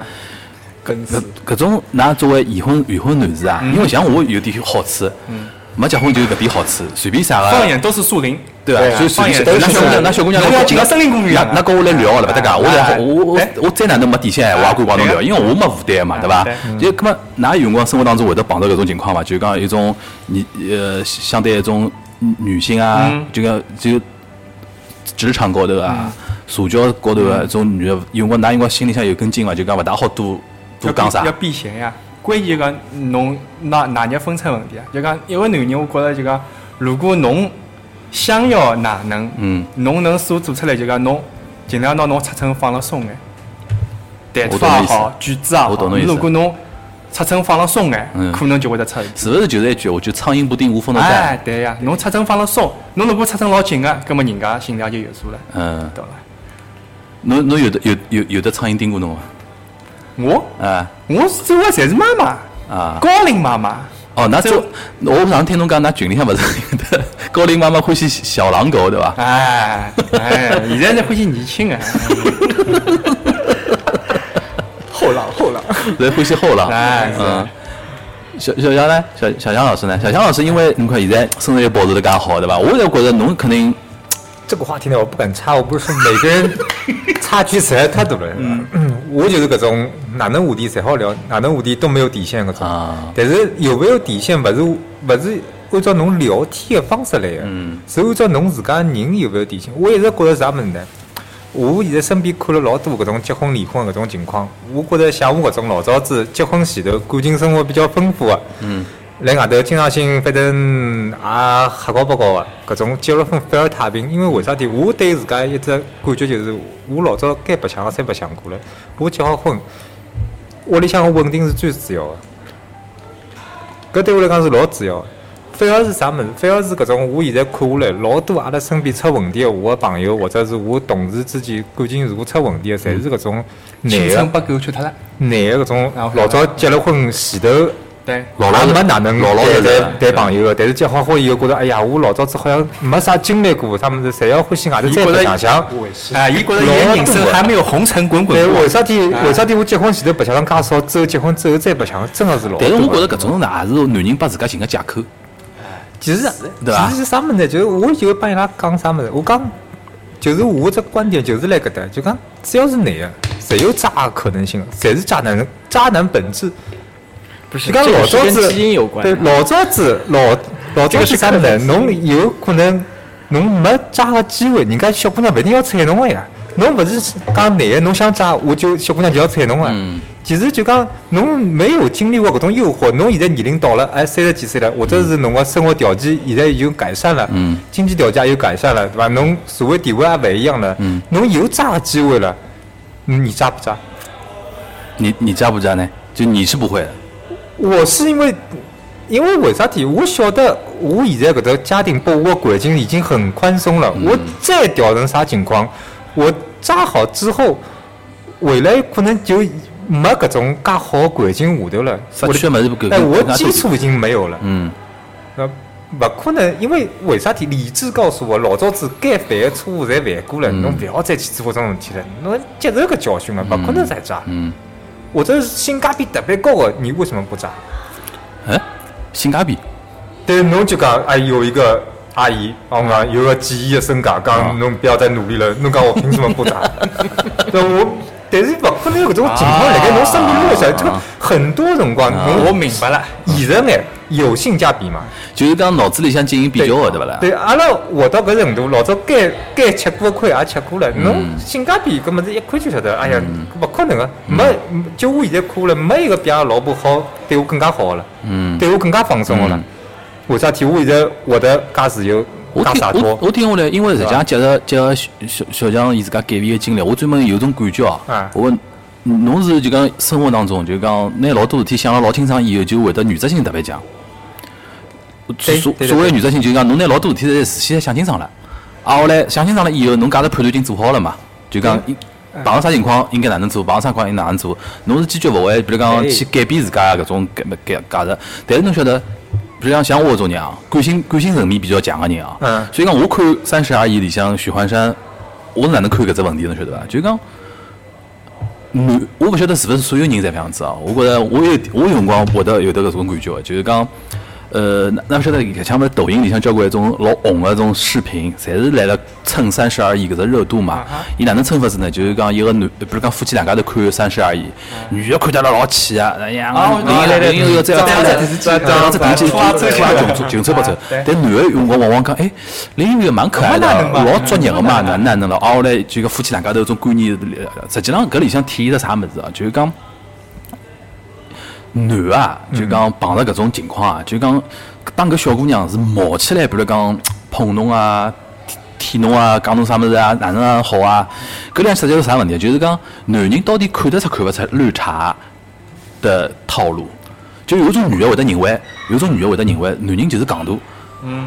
Speaker 5: 跟
Speaker 1: 搿
Speaker 5: 是
Speaker 1: 搿种，㑚作为已婚已婚男士啊，因为像我有点好处，没结婚就有搿点好处，随便啥
Speaker 4: 放
Speaker 1: 个，
Speaker 4: 眼都是树林，
Speaker 1: 对啊伐？就随
Speaker 4: 啊放
Speaker 1: 便
Speaker 4: 眼
Speaker 1: 啥
Speaker 4: 都
Speaker 1: 那
Speaker 4: 是
Speaker 1: 小
Speaker 4: 树
Speaker 1: 姑娘，那小姑
Speaker 4: 林。
Speaker 1: 娘，
Speaker 4: 侬
Speaker 1: 那
Speaker 4: 要进个森林公园
Speaker 1: 那
Speaker 4: 啊，
Speaker 1: 那跟我来聊了，勿搭讲，我
Speaker 4: 哎
Speaker 1: 来我我
Speaker 4: 哎
Speaker 1: 我再哪能没底线，我也敢帮侬聊，
Speaker 4: 哎
Speaker 1: 因为我没负担嘛，对伐
Speaker 4: 对？
Speaker 1: 就搿么，㑚有辰光生活当中会得碰到搿种情况伐？就讲一种你呃，相对一种女性啊，
Speaker 4: 嗯
Speaker 1: 就讲就职场
Speaker 4: 嗯
Speaker 1: 高头啊，社交高头啊，一种女的，有辰光㑚有辰光心里向有根筋伐？就讲勿大好多都讲啥
Speaker 4: 要？避嫌呀。关键讲侬拿哪能分寸问题啊？就讲一个男人，我觉着就讲，如果侬想要哪能，
Speaker 1: 嗯，
Speaker 4: 侬能所做出来就讲侬尽量拿侬尺寸放了松眼，谈
Speaker 1: 我
Speaker 4: 吐
Speaker 1: 懂
Speaker 4: 也
Speaker 1: 你意思
Speaker 4: 好，句子也好
Speaker 1: 我懂你意，思
Speaker 4: 如果侬尺寸放了松眼
Speaker 1: 嗯，
Speaker 4: 可能就会得出事体。
Speaker 1: 是不是就是一句我就苍蝇不叮无缝的蛋？
Speaker 4: 哎，对呀，侬尺寸放了松，侬如果尺寸老紧个，葛么人家心里也就有数了，
Speaker 1: 嗯，
Speaker 4: 对伐？
Speaker 1: 侬侬有的有有有的苍蝇叮过侬吗？
Speaker 4: 我
Speaker 1: 啊
Speaker 4: 我周围侪是妈妈，
Speaker 1: 啊！
Speaker 4: 高龄妈妈，
Speaker 1: 哦，那
Speaker 4: 这
Speaker 1: 这我上趟听侬讲，那群里向勿是 有的高龄妈妈欢喜小狼狗 对伐？
Speaker 4: 哎哎，现在才欢喜年 轻啊，
Speaker 5: 后浪后浪，
Speaker 1: 来欢喜后浪。
Speaker 4: 哎是
Speaker 1: 嗯。小小杨呢？小小杨老师呢？小杨老师，因为侬看现在身材又保持得介好，对伐？我就觉着侬肯定
Speaker 6: 这个话题呢，我不敢插，我不是说每 个人差距实在太大了。嗯，我就是搿种哪能话题侪好聊，哪能话题都没有底线搿种。
Speaker 1: 啊
Speaker 6: 但是有没有底线，勿是勿是按照侬聊天的方式来的，
Speaker 1: 嗯
Speaker 6: 是按照侬自家人有没有底线。我一直觉着啥物事呢？我现在身边看了老多搿种结婚离婚搿种情况，我觉着像我搿种老早子结婚前头感情生活比较丰富的，嗯，来外头经常性反正也瞎啊搞八搞个，搿种结了婚反而太平。因为为啥体？我对自家一只感觉就是，我老早该白相个侪白相过了，我结好婚，屋里向个稳定是最主要的。搿对我来讲是老主要的。反而是啥物事？反而是搿种，我现在看下来，老多阿拉身边出问题的，我的朋友或者是我同事之间感情如果出问题的，侪是搿种男
Speaker 4: 青春
Speaker 6: 的
Speaker 4: 被狗吃脱了，
Speaker 6: 男的搿种
Speaker 4: 啊我晓得
Speaker 6: 老早结了婚前头。
Speaker 4: 对。
Speaker 1: 老老
Speaker 6: 也
Speaker 1: 实
Speaker 6: 没哪能
Speaker 1: 老老实实
Speaker 6: 对
Speaker 1: 的
Speaker 6: 对朋友的，但是结好婚以后觉得，哎呀，我老早子好像没啥经历过，他们是侪要欢喜外头
Speaker 4: 伊
Speaker 6: 再
Speaker 4: 觉
Speaker 6: 白
Speaker 4: 得
Speaker 6: 相相。哎
Speaker 4: 啊，伊觉着伊的人生还没有红尘滚滚
Speaker 6: 对，
Speaker 4: 过
Speaker 6: 为。啥体
Speaker 1: 啊
Speaker 6: 为啥体我结婚前头白相相介少，之后结婚之后再白相，真的是老多
Speaker 1: 但
Speaker 6: 的。
Speaker 1: 是我觉着搿种呢，也是男人拨自家寻个借口。
Speaker 6: 其实
Speaker 1: 对吧
Speaker 6: 其实是啥物事呢？就是我就帮伊拉讲啥物事，我讲就是我这观点就是来搿搭，就讲只要是男的，侪有渣的可能性，侪是渣男，渣男本质。
Speaker 5: 不是
Speaker 6: 就讲
Speaker 5: 这个
Speaker 6: 老
Speaker 5: 是
Speaker 6: 早
Speaker 5: 跟
Speaker 6: 子
Speaker 5: 基因有关啊
Speaker 6: 对，
Speaker 5: 的。
Speaker 6: 老早子老老
Speaker 5: 这
Speaker 6: 早子
Speaker 5: 个是
Speaker 6: 啥
Speaker 5: 个
Speaker 6: 物事
Speaker 5: 人？
Speaker 6: 侬有可能侬没渣个机会，人家小姑娘勿一定要睬侬个呀。侬勿是讲男个，侬想渣，我就小姑娘就要睬侬个
Speaker 1: 嗯。
Speaker 6: 其实就讲侬没有经历过搿种诱惑，侬现在年龄到了，哎，三十几岁了，或者是侬个生活条件现在已经改善了，
Speaker 1: 嗯
Speaker 6: 经济条件也有改善了，对伐？侬社会地位也勿一样了
Speaker 1: 嗯，
Speaker 6: 侬有渣个机会了，你渣不渣？
Speaker 1: 你你加不加呢？就你是不会的，
Speaker 6: 我是因为，因为为啥体？我晓得我现在搿个家庭拨我的环境已经很宽松
Speaker 1: 嗯
Speaker 6: 了，我再调成啥情况，我扎好之后，未来可能就没搿种介好的环境下头了。
Speaker 1: 失
Speaker 6: 我的
Speaker 1: 去的物事搿
Speaker 6: 哎，
Speaker 1: 搿
Speaker 6: 我
Speaker 1: 搿家
Speaker 6: 基
Speaker 1: 都
Speaker 6: 础已经没有了。
Speaker 1: 嗯
Speaker 6: 那勿可能，因为为啥体？理智告诉我，老早子该犯的错误侪犯过了，
Speaker 1: 嗯
Speaker 6: 侬勿要再去做搿种事体了。侬接受搿教训了，勿可能再渣。
Speaker 1: 嗯，
Speaker 6: 或者是性价比特别高的，你为什么不渣？
Speaker 1: 哎，性价比
Speaker 6: 但是侬就讲，哎，有一个阿姨，哦，我讲有个几亿的身价，
Speaker 1: 啊
Speaker 6: 讲侬不要再努力了，侬讲我凭什么不 打？那我，但是不可能有搿种情况辣盖侬身边落下来，这个很多辰光
Speaker 4: 啊我
Speaker 6: 侬
Speaker 4: 明白了，
Speaker 6: 现实眼有性价比嘛？
Speaker 1: 就是讲脑子里向进行比较的，对勿啦？
Speaker 6: 对，阿拉活到搿程度，老早该该吃过的亏也吃过了，
Speaker 1: 嗯
Speaker 6: 侬性价比搿么子一看就晓得，哎呀，勿可能个，没
Speaker 1: 嗯
Speaker 6: 就我现在看了，没一个比阿拉老婆好，对我更加好个了，
Speaker 1: 嗯，
Speaker 6: 对我更加放松个了
Speaker 1: 嗯。
Speaker 6: 为啥体我现在活得介自由，
Speaker 1: 我
Speaker 6: 介
Speaker 1: 听
Speaker 6: 洒脱
Speaker 1: 我？我听下来，因为实际
Speaker 6: 是吧
Speaker 1: 上结合结合小小小强伊自家改变的经历，我专门有种感觉啊
Speaker 6: 啊，
Speaker 1: 我问侬是就讲生活当中就讲拿老多事体想了老清爽以后，就会得原则性特别强。所
Speaker 6: 对
Speaker 1: 所
Speaker 6: 对对
Speaker 1: 所谓的原则性就是讲侬拿老多事体侪事先想清爽了，啊后来想清爽了以后，侬价值判断已经做好了嘛，就讲应碰到啥情况应该哪能做，碰到啥情况应该哪能做，侬是坚决勿会，比如讲
Speaker 6: 对
Speaker 1: 去改变自家搿种改改价值。但是侬晓得，比如讲像我搿种人啊，感性感性层面比较强个人啊，
Speaker 6: 嗯
Speaker 1: 所以讲我看《三十而已》里向许幻山，我是哪能看搿只问题，侬晓得伐？就是讲。男，我勿晓得是勿是所有人侪搿样子啊。我觉着我有我有辰光会得有得搿种感觉，就是讲，呃，那那勿晓得像勿是抖音里向交关一种老红个种视频，侪是来了蹭《三十而已》搿只热度嘛。伊哪能蹭法子呢？就是讲一个男，比如讲夫妻两家头看《三十而已》，女个看得了老气啊，哎呀，
Speaker 4: 啊我
Speaker 1: 另一个另一个再要
Speaker 4: 再
Speaker 1: 再
Speaker 4: 要
Speaker 1: 再
Speaker 4: 再
Speaker 1: 再再再进去，穷臭八臭。但男个辰光往往讲，哎，另一个蛮可爱的，老作孽个嘛，哪哪能了？啊，呃后来就个夫妻两家头种观念，实际上搿里向体现了啥物事啊？就是讲。男啊，就讲碰着搿种情况啊，就讲当搿小姑娘是冒起来，比如讲碰侬啊、舔舔侬啊、讲侬啥物事啊，哪能哪能好啊，搿两实际是啥问题？啊就是讲男人到底看得出看勿出绿茶的套路，就有一种女的会得认为，有一种女的会得认为男人就是戆大。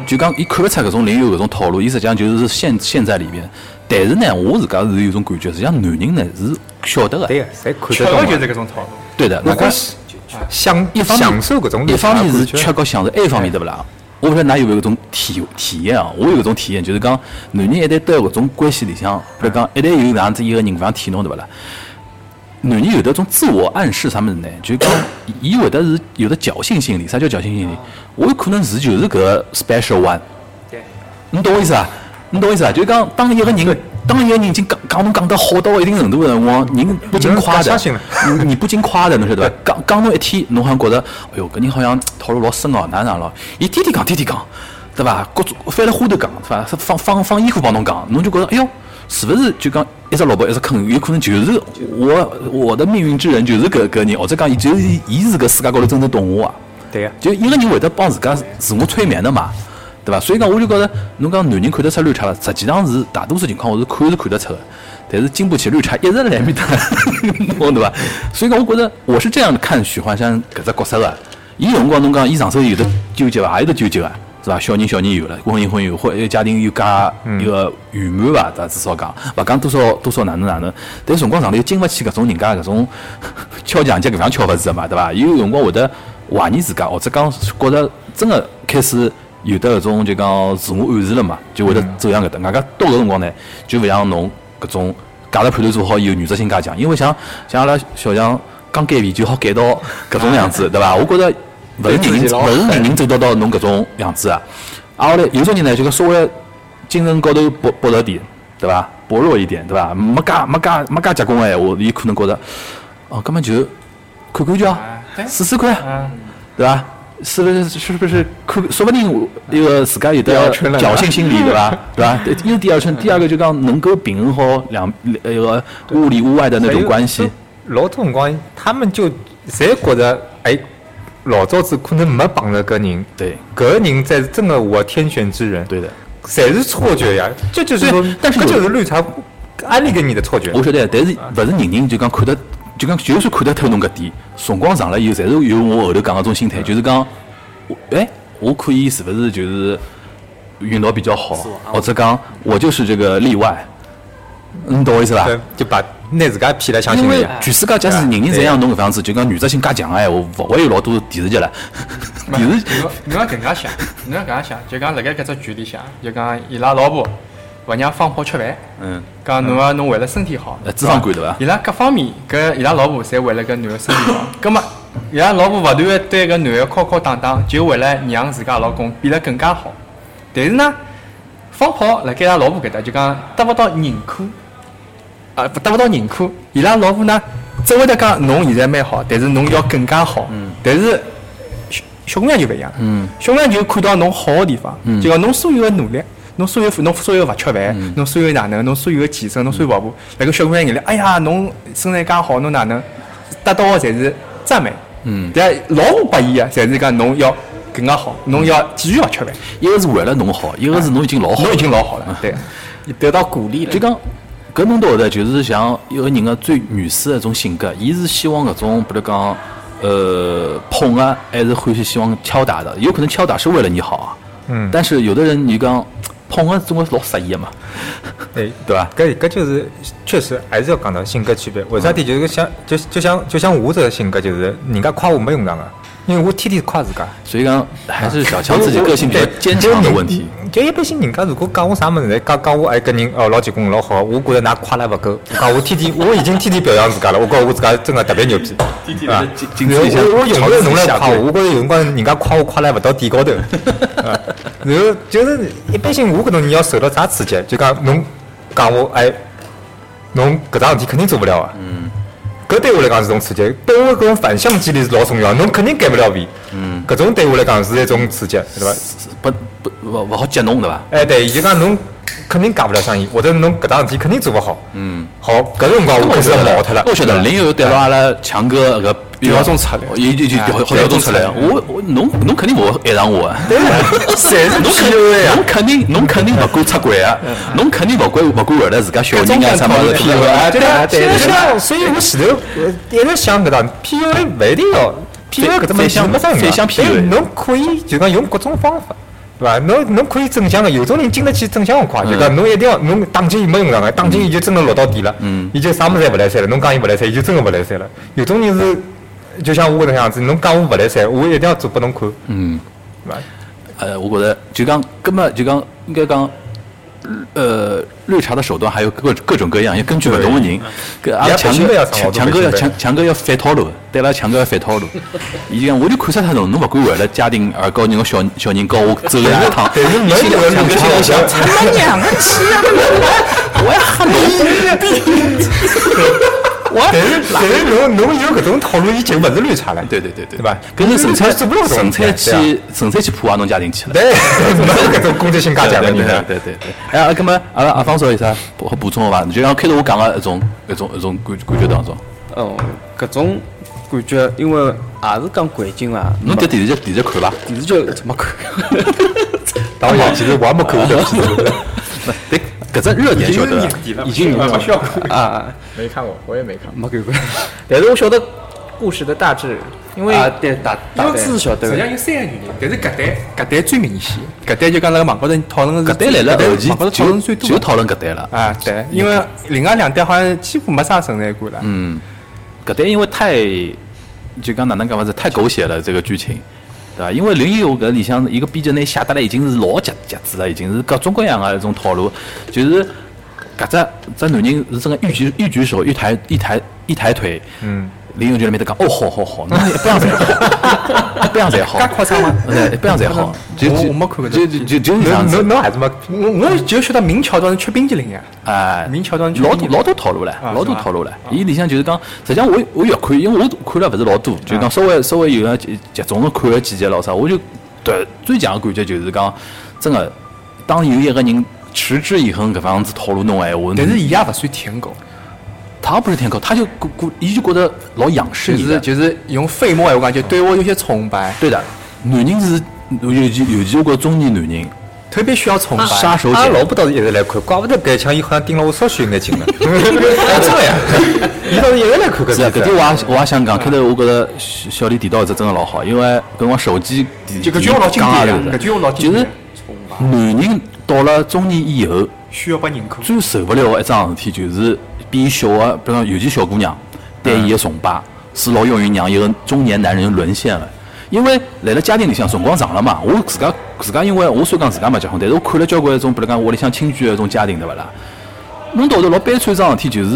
Speaker 1: 就讲伊看勿出搿种零有搿种套路，伊实际上就是陷陷在里边。但是呢，我自家是有种感觉，实际上男人呢是晓得个，
Speaker 6: 对个，侪看
Speaker 4: 缺
Speaker 6: 得懂的。
Speaker 4: 的就是搿种套路，
Speaker 1: 对的。
Speaker 6: 那
Speaker 1: 那
Speaker 6: 个
Speaker 1: 个
Speaker 6: 享
Speaker 1: 一方面
Speaker 6: 享受搿种
Speaker 1: 一
Speaker 6: 绿茶
Speaker 1: 方
Speaker 6: 的
Speaker 1: 面是
Speaker 6: 感觉
Speaker 1: 缺哎觉享受，还有一方面对勿啦？我勿晓得㑚有没有搿种体体验啊？我有搿种体验，就是讲男人一旦到搿种关系里向，比如讲一旦有哪样子一个人勿想舔侬对勿啦？男人有得种自我暗示啥物事呢？就是 讲伊会得是有的侥幸心理，啥叫侥幸心理？我有可能是就是搿个 special one。你懂我意思啊？你懂我意思啊？就是讲，当一个人，当一个人已经讲讲侬讲得好到一定程度的啊辰光，人不禁夸
Speaker 6: 嗯人家
Speaker 1: 的
Speaker 6: 相信了，
Speaker 1: 你你不禁夸的，侬晓得伐？讲讲侬一天，侬好像觉得，哎哟，搿人好像套路老深哦，哪能哪能咯？伊天天讲，天天讲，对伐？各种翻了花头讲，对伐？是放放放衣服帮侬讲，侬就觉得，哎哟，是勿是就讲一只萝卜一只坑？有可能就是我我的命运之人就是搿搿人，或者讲伊就是伊是搿世界高头真正懂我啊。
Speaker 6: 对个，
Speaker 1: 就一个人会得帮自家自我催眠的嘛，对伐？所以讲，我就觉着侬讲男人看得出绿茶了，实际上是大多数情况我是看是看得出的，但是经不起绿茶一直来 面搭弄，对伐？所以讲，我觉着我是这样看许幻山搿只角色的。伊有辰光侬讲，伊上手有的纠结伐？也有的纠结伐？是伐？小人小人有了，婚姻婚姻有，或一个家庭有家一个圆满伐？咱至少讲，勿讲多少多少哪能哪能，但辰光长了又经勿起搿种人家搿种 敲墙脚搿样敲法子的嘛，对伐？伊有辰光会得怀疑自家，或者讲觉着真个开始有得搿种就讲自我暗示了嘛，就会得走向搿搭。外加到搿辰光呢，就勿像侬搿种价值判断做好以后原则性加强，因为像像阿拉小强刚减肥就好减到搿种样子，对伐？我觉着勿是人人勿是人人走到到侬搿种样子啊。啊，后来有种人呢，就讲稍微精神高头薄薄弱点，对伐？薄弱一点，对伐？没加没加没加结棍个闲话，伊可能觉着哦，根本就看看叫
Speaker 4: 对
Speaker 1: 试试看。对吧？是不是是不是可说不定我那个自家有
Speaker 6: 第
Speaker 1: 的
Speaker 6: 二春了
Speaker 1: 侥幸心理，对吧？对吧？对，又第二春，第二个就讲能够平衡好两那个屋里屋外的那种关系。。
Speaker 6: 老多辰光，他们就侪觉着，哎，老早子可能没碰着搿人，
Speaker 1: 对，
Speaker 6: 搿个人才是真的我天选之人。
Speaker 1: 对的。
Speaker 6: 侪是错觉呀，这就是说
Speaker 1: 对，但是
Speaker 6: 搿
Speaker 1: 有
Speaker 6: 就是绿茶安利给你的错觉。
Speaker 1: 我晓得，但是勿是人人就讲看得，就讲就算看得透侬搿点，辰光长了以后，侪是有我后头讲搿种心态，就是讲，我哎，我可以是勿是就是运道比较好，
Speaker 4: 啊
Speaker 1: 或者讲我就是这个例外，你懂我意思伐？
Speaker 6: 对，就把拿自家骗来相信
Speaker 1: 因
Speaker 6: 了
Speaker 1: 为
Speaker 6: 呀。
Speaker 1: 全世界假使
Speaker 4: 啊
Speaker 1: 人人侪像侬搿样子，就讲原则性加强个闲话，勿会有老多电视剧了。电视剧
Speaker 4: 侬侬要搿能介想，侬要搿能介想，就讲辣盖搿只剧里向，就讲伊拉老婆勿让放炮吃饭，
Speaker 1: 嗯，
Speaker 4: 讲侬啊要侬为了身体好
Speaker 1: 呃，脂肪肝对伐
Speaker 4: 伊拉各方面搿伊拉老婆侪为了搿男个身体好，葛末伊拉老婆勿断个对搿男个敲敲打打，就为了让自家老公变得更加好。但是呢，放炮辣盖伊拉老婆搿搭就讲得勿到认可，啊，得勿到认可。伊拉老婆呢，只会得讲侬现在蛮好，但是侬要更加好。但是小小姑娘就勿一样了，
Speaker 1: 嗯
Speaker 4: 小姑娘就看到侬好个地方，就讲侬所有个努力。侬所有侬所有勿吃饭，
Speaker 1: 嗯
Speaker 4: 侬所有哪能，侬所有个健身，侬所有跑步，辣盖小姑娘眼里，哎呀，侬身材介好，侬哪能，得到个侪是赞美。嗯，但老婆拨伊个侪是讲侬要更加
Speaker 1: 嗯
Speaker 4: 好，侬要继续勿吃饭，
Speaker 1: 一个是为了侬好，一个是侬已经老好了
Speaker 4: 侬已。经老好
Speaker 1: 嗯
Speaker 4: 了。对，
Speaker 5: 得到鼓励
Speaker 1: 就讲搿侬懂得，就是像一个人个最原始的一种性格，伊是希望搿种，比如讲，呃，捧啊，还是欢喜希望敲打的。有可能敲打是为了你好啊，嗯，但是有的人你讲捧啊，总归是老色一的嘛，
Speaker 6: 哎对
Speaker 1: 对吧
Speaker 6: 搿搿就是确实还是要讲到性格区别。为啥体
Speaker 1: 嗯
Speaker 6: 就是像就就像就像我这个性格，就是人家夸我没用场个，因为我天天夸自家。
Speaker 1: 所以讲还是小强自己个性比较
Speaker 6: 对
Speaker 1: 坚强的问题。。
Speaker 6: 就一般性，人家如果讲我啥物事，讲讲我哎搿人哦老结棍老好，我觉着㑚夸了勿够。讲我天天我已经天天表扬自家了，我觉着我自家真的特别牛逼。天天
Speaker 1: 谨谨记一下
Speaker 6: 我我用勿着侬
Speaker 1: 朝自
Speaker 6: 来
Speaker 1: 己下
Speaker 6: 夸
Speaker 1: 跪
Speaker 6: 我，我觉着有辰光人家夸我夸了勿到点高头。 啊然后就是一般性，我搿种人要受到啥刺激，就讲侬讲我哎，侬搿桩事体肯定做勿了啊。搿对我来讲是种刺激，对我搿种反向激励是老重要，侬肯定改勿了变。嗯，搿种对我来讲是一种刺激，对伐？
Speaker 1: 不不勿勿好激侬对伐？
Speaker 6: 哎，对，伊就讲侬肯定讲勿了生意，或者侬搿桩事体肯定做勿好。
Speaker 1: 嗯，
Speaker 6: 好，搿辰光我开始毛脱了。
Speaker 1: 我晓得，林有对了哦阿拉强哥搿
Speaker 4: 调中出来
Speaker 1: 有有哎有调好调中出来。我我侬侬肯定勿会爱上我啊。
Speaker 6: 侪是
Speaker 1: 侬肯
Speaker 6: PUA 啊
Speaker 1: 侬！肯定侬肯定勿敢出轨啊，侬肯定勿管勿管为了自家小人啊啥物事
Speaker 6: PUA 啊，对啊，
Speaker 1: 对
Speaker 6: 对啊，对啊所以我前头呃一直想搿桩 PUA 勿一定要 PUA 搿种物
Speaker 1: 反
Speaker 6: 事
Speaker 1: 向
Speaker 6: 没啥用啊，
Speaker 1: 反向 PUA
Speaker 6: 但侬可以就讲用各种方法。对伐？侬侬可以正向个，有种人经得起正向个快，就
Speaker 1: 嗯
Speaker 6: 讲侬一定要侬打击伊没用场个，打击伊就真个落到底了，
Speaker 1: 嗯
Speaker 6: 伊就啥物事侪勿来三了。侬讲伊勿来三，伊就真个勿来三了。有种人是，就像我搿能样子，侬讲我勿来三，我一定要做拨侬看，
Speaker 1: 嗯。
Speaker 6: 对伐？
Speaker 1: 呃，我觉得就讲，根本就讲，应该讲，呃，绿茶的手段还有各各种各样，要根据不同的人。搿阿拉
Speaker 6: 也
Speaker 1: 啊强
Speaker 6: 不行的
Speaker 1: 哥
Speaker 6: 呀，上
Speaker 1: 强
Speaker 6: 网
Speaker 1: 强哥
Speaker 6: 都不
Speaker 1: 要
Speaker 6: 行的
Speaker 1: 强强哥要反套路，对阿拉强哥要反套路。伊讲，我就看杀他侬，侬勿管为了家庭而搞你个小小人搞我走了一趟。
Speaker 6: 但是没
Speaker 1: 你心里
Speaker 6: 有人
Speaker 1: 强哥哎心里想，他妈娘个气啊！我要吓侬！
Speaker 6: 但是但是侬侬有搿种套路，已经勿是绿茶了。
Speaker 1: 对对对对，
Speaker 6: 对吧
Speaker 1: 搿是纯粹
Speaker 6: 做不了这
Speaker 1: 纯
Speaker 6: 种
Speaker 1: 粹
Speaker 6: 事对啊
Speaker 1: 去纯粹去破坏侬家庭去了。
Speaker 6: 对， 啊没有搿种攻击性加强
Speaker 1: 对
Speaker 6: 的
Speaker 1: 对
Speaker 6: 人
Speaker 1: 对。对对对。哎，啊，那么阿拉阿方说有啥补补充的伐？就像开头我讲个一种一种一种感感觉当中，
Speaker 3: 哦，搿种感觉，因为也是讲环境啊嘛，
Speaker 1: 侬迭电视剧电视剧看伐？
Speaker 3: 电视剧怎么看？
Speaker 6: 当然，其实我也没看过搿片子。
Speaker 1: 对，搿只热点晓得伐。
Speaker 4: 已经有了，效果。
Speaker 3: 啊，
Speaker 5: 没看过，我也没看过。
Speaker 3: 没看过。
Speaker 5: 但是我晓得故事的大致，因为
Speaker 3: 啊，对，大大概是晓得
Speaker 4: 实际上
Speaker 3: 的。
Speaker 4: 有三个原因，但是搿代搿代最明显，搿代就讲辣个网高头讨论
Speaker 1: 搿
Speaker 4: 个是
Speaker 1: 代来了后期
Speaker 4: 网高头讨
Speaker 1: 就
Speaker 4: 论最多
Speaker 1: 就
Speaker 4: 的。
Speaker 1: 讨论搿代了。
Speaker 4: 啊，对，因为另外两代好像几乎没啥存在感了。
Speaker 1: 嗯，搿代因为太就讲哪能讲法子，太狗血了这个剧情。对伐？因为林有搿里向一个编剧呢写得来已经是老极极致了，已经是各种各样的一种套路，就是搿只只男人是真个一举一举手一抬一抬一抬腿，嗯，林有就在面搭讲哦好好好，侬一样侪好，一样侪好，
Speaker 4: 介夸张吗
Speaker 1: 对，一样侪好，就
Speaker 4: 我
Speaker 1: 就
Speaker 4: 我没看过
Speaker 1: 就
Speaker 4: 这
Speaker 1: 就就 就是这样
Speaker 6: 侬
Speaker 1: 子
Speaker 6: 侬侬还是没
Speaker 4: 我我就晓得明桥段是吃冰激凌呀，
Speaker 1: 哎，
Speaker 4: 明桥段
Speaker 1: 老多老多套路唻，
Speaker 4: 啊
Speaker 1: 老多
Speaker 4: 是吧
Speaker 1: 套路唻。伊里向就是讲，实际上我我越看，因为我看了勿是老多，
Speaker 4: 啊
Speaker 1: 就是讲稍微稍微有那集集中的看了几集咯啥，我就对最强的感觉就是讲，真的，当有一个人持之以恒搿方子套路侬的闲话，
Speaker 4: 但是伊也勿算舔狗，
Speaker 1: 他不是舔狗，他就顾顾，伊就觉得老仰视
Speaker 4: 就
Speaker 1: 你
Speaker 4: 是
Speaker 1: 的。
Speaker 4: 就是用废话闲话讲，就对我有些崇拜，
Speaker 1: 对的，男人是尤其尤其我觉得中年男人，
Speaker 4: 特别需要崇拜。
Speaker 1: 杀手
Speaker 6: 阿拉
Speaker 1: 锏。
Speaker 6: 老婆倒是一直来看，怪不得搿一枪伊好像盯了我稍许有眼近 了。哎，真 的呀，伊倒是一直来看搿
Speaker 1: 是啊，
Speaker 6: 片
Speaker 1: 搿
Speaker 6: 子
Speaker 1: 点我也我也
Speaker 4: 啊
Speaker 1: 想讲，开头我觉着小小李提到一只真的老好，因为搿辰光手机提
Speaker 4: 就搿句我老经典
Speaker 1: 提
Speaker 4: 呀
Speaker 1: 讲啊
Speaker 4: 搿句我老经
Speaker 1: 就是
Speaker 4: 典
Speaker 1: 男人到了中年以后，
Speaker 4: 需要被认可。
Speaker 1: 最受不了的一桩事体就是比小的，比方尤其小姑娘对伊的崇拜，是老容易让一个中年男人沦陷的。因为来了家庭里向辰光长了嘛，我自家自家因为我虽然讲自家没结婚，但是我看了交关一种，比如讲屋里向亲眷的一种家庭，对勿啦？侬到头老悲催一桩事体，就是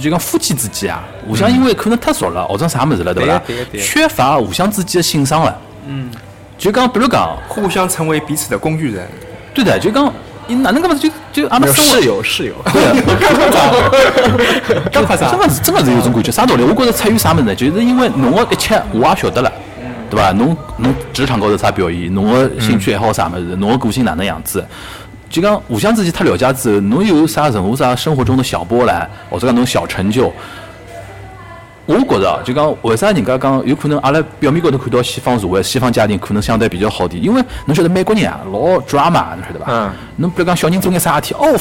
Speaker 1: 就讲夫妻之间啊，互相因为可能太熟了，或者啥物事了，对勿啦
Speaker 6: 对呀对啊呀？对呀
Speaker 1: 缺乏互相之间的欣赏了。嗯，就讲比如讲，
Speaker 4: 互相成为彼此的工具人，
Speaker 1: 对的，就讲伊哪能个么子就就阿拉
Speaker 5: 有
Speaker 1: 生活
Speaker 5: 室友啊室友，
Speaker 1: 对
Speaker 4: 搿夸
Speaker 1: 真
Speaker 4: 张。
Speaker 1: 个是真个是有种感觉，啥道理？我觉着出于啥物事呢？就是因为侬个一切我也晓得了，
Speaker 5: 嗯
Speaker 1: 对伐？侬侬职场高头啥表现，侬个兴趣爱好啥物
Speaker 5: 嗯
Speaker 1: 事，侬个个性哪能样子？就讲互相之间太了解之后，侬有啥任何啥生活中的小波澜，或者讲侬小成就，我觉着啊，就讲为啥人家讲有可能阿拉表面高头看到西方社会、西方家庭可能相对比较好点，因为侬晓得美国人啊老 drama，侬晓得伐？
Speaker 6: 嗯。
Speaker 1: 侬比如讲小人做眼啥事体，哦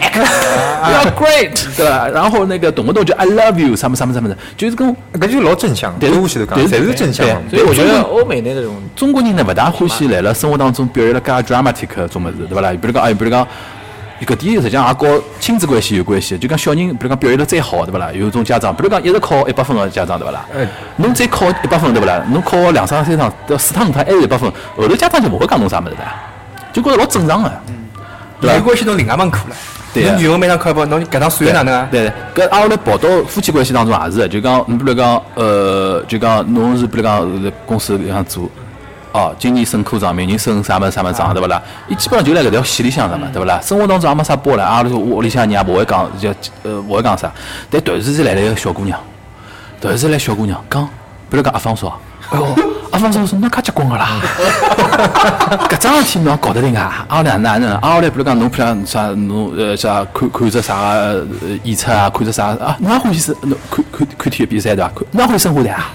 Speaker 1: ，fantastic，you're great，对伐？然后那个动不动就 I love you，啥么啥么啥么的，就是跟
Speaker 6: 搿就老正向，
Speaker 1: 对
Speaker 6: 我前头讲，侪是正向嘛。
Speaker 5: 所以我觉得欧美的那种
Speaker 1: 中国人呢，勿大欢喜来了生活当中表现了介 dramatic 的种物事，对伐啦？比如讲，哎，比如讲，搿点实际上也和亲子关系有关系。就讲小人，比如讲表现了再好，对伐啦？有种家长，比如讲一直考一百分的家长，对伐啦？
Speaker 5: 哎
Speaker 1: 侬再考一百分，对伐啦？侬考两趟、三趟、到四趟、五趟还是一百分，后头家长就勿会讲侬啥物事的，就觉着老正常的。
Speaker 5: 嗯
Speaker 1: 对吧
Speaker 4: 没关系，侬另外门课了。
Speaker 1: 对呀
Speaker 4: 侬女儿每趟考一百，侬搿趟算哪能啊？
Speaker 1: 对，搿挨下来跑到夫妻关系当中也是的，就讲你比如讲，呃，就讲侬是比如讲在公司里向做，哦，今年升科长，明年升啥么啥么
Speaker 4: 啊
Speaker 1: 长，对勿啦？伊基本上就辣搿条线里向的嘛，对勿啦？生活当中也没啥波澜，阿拉屋里向人也勿会讲，就呃勿会讲啥。
Speaker 4: 哦
Speaker 1: 但突然之间来了一个小姑娘，突然之间来小姑娘讲，比如讲阿芳说，哎哟， 阿芳说：“侬介结棍个啦，搿桩事体侬也搞得定啊？阿拉哪能？阿拉来比如讲，侬譬如讲啥，侬呃啥看看只啥呃演出啊，看只啥啊，侬也欢喜是侬看看看体育比赛对伐？看侬也欢喜生活的啊？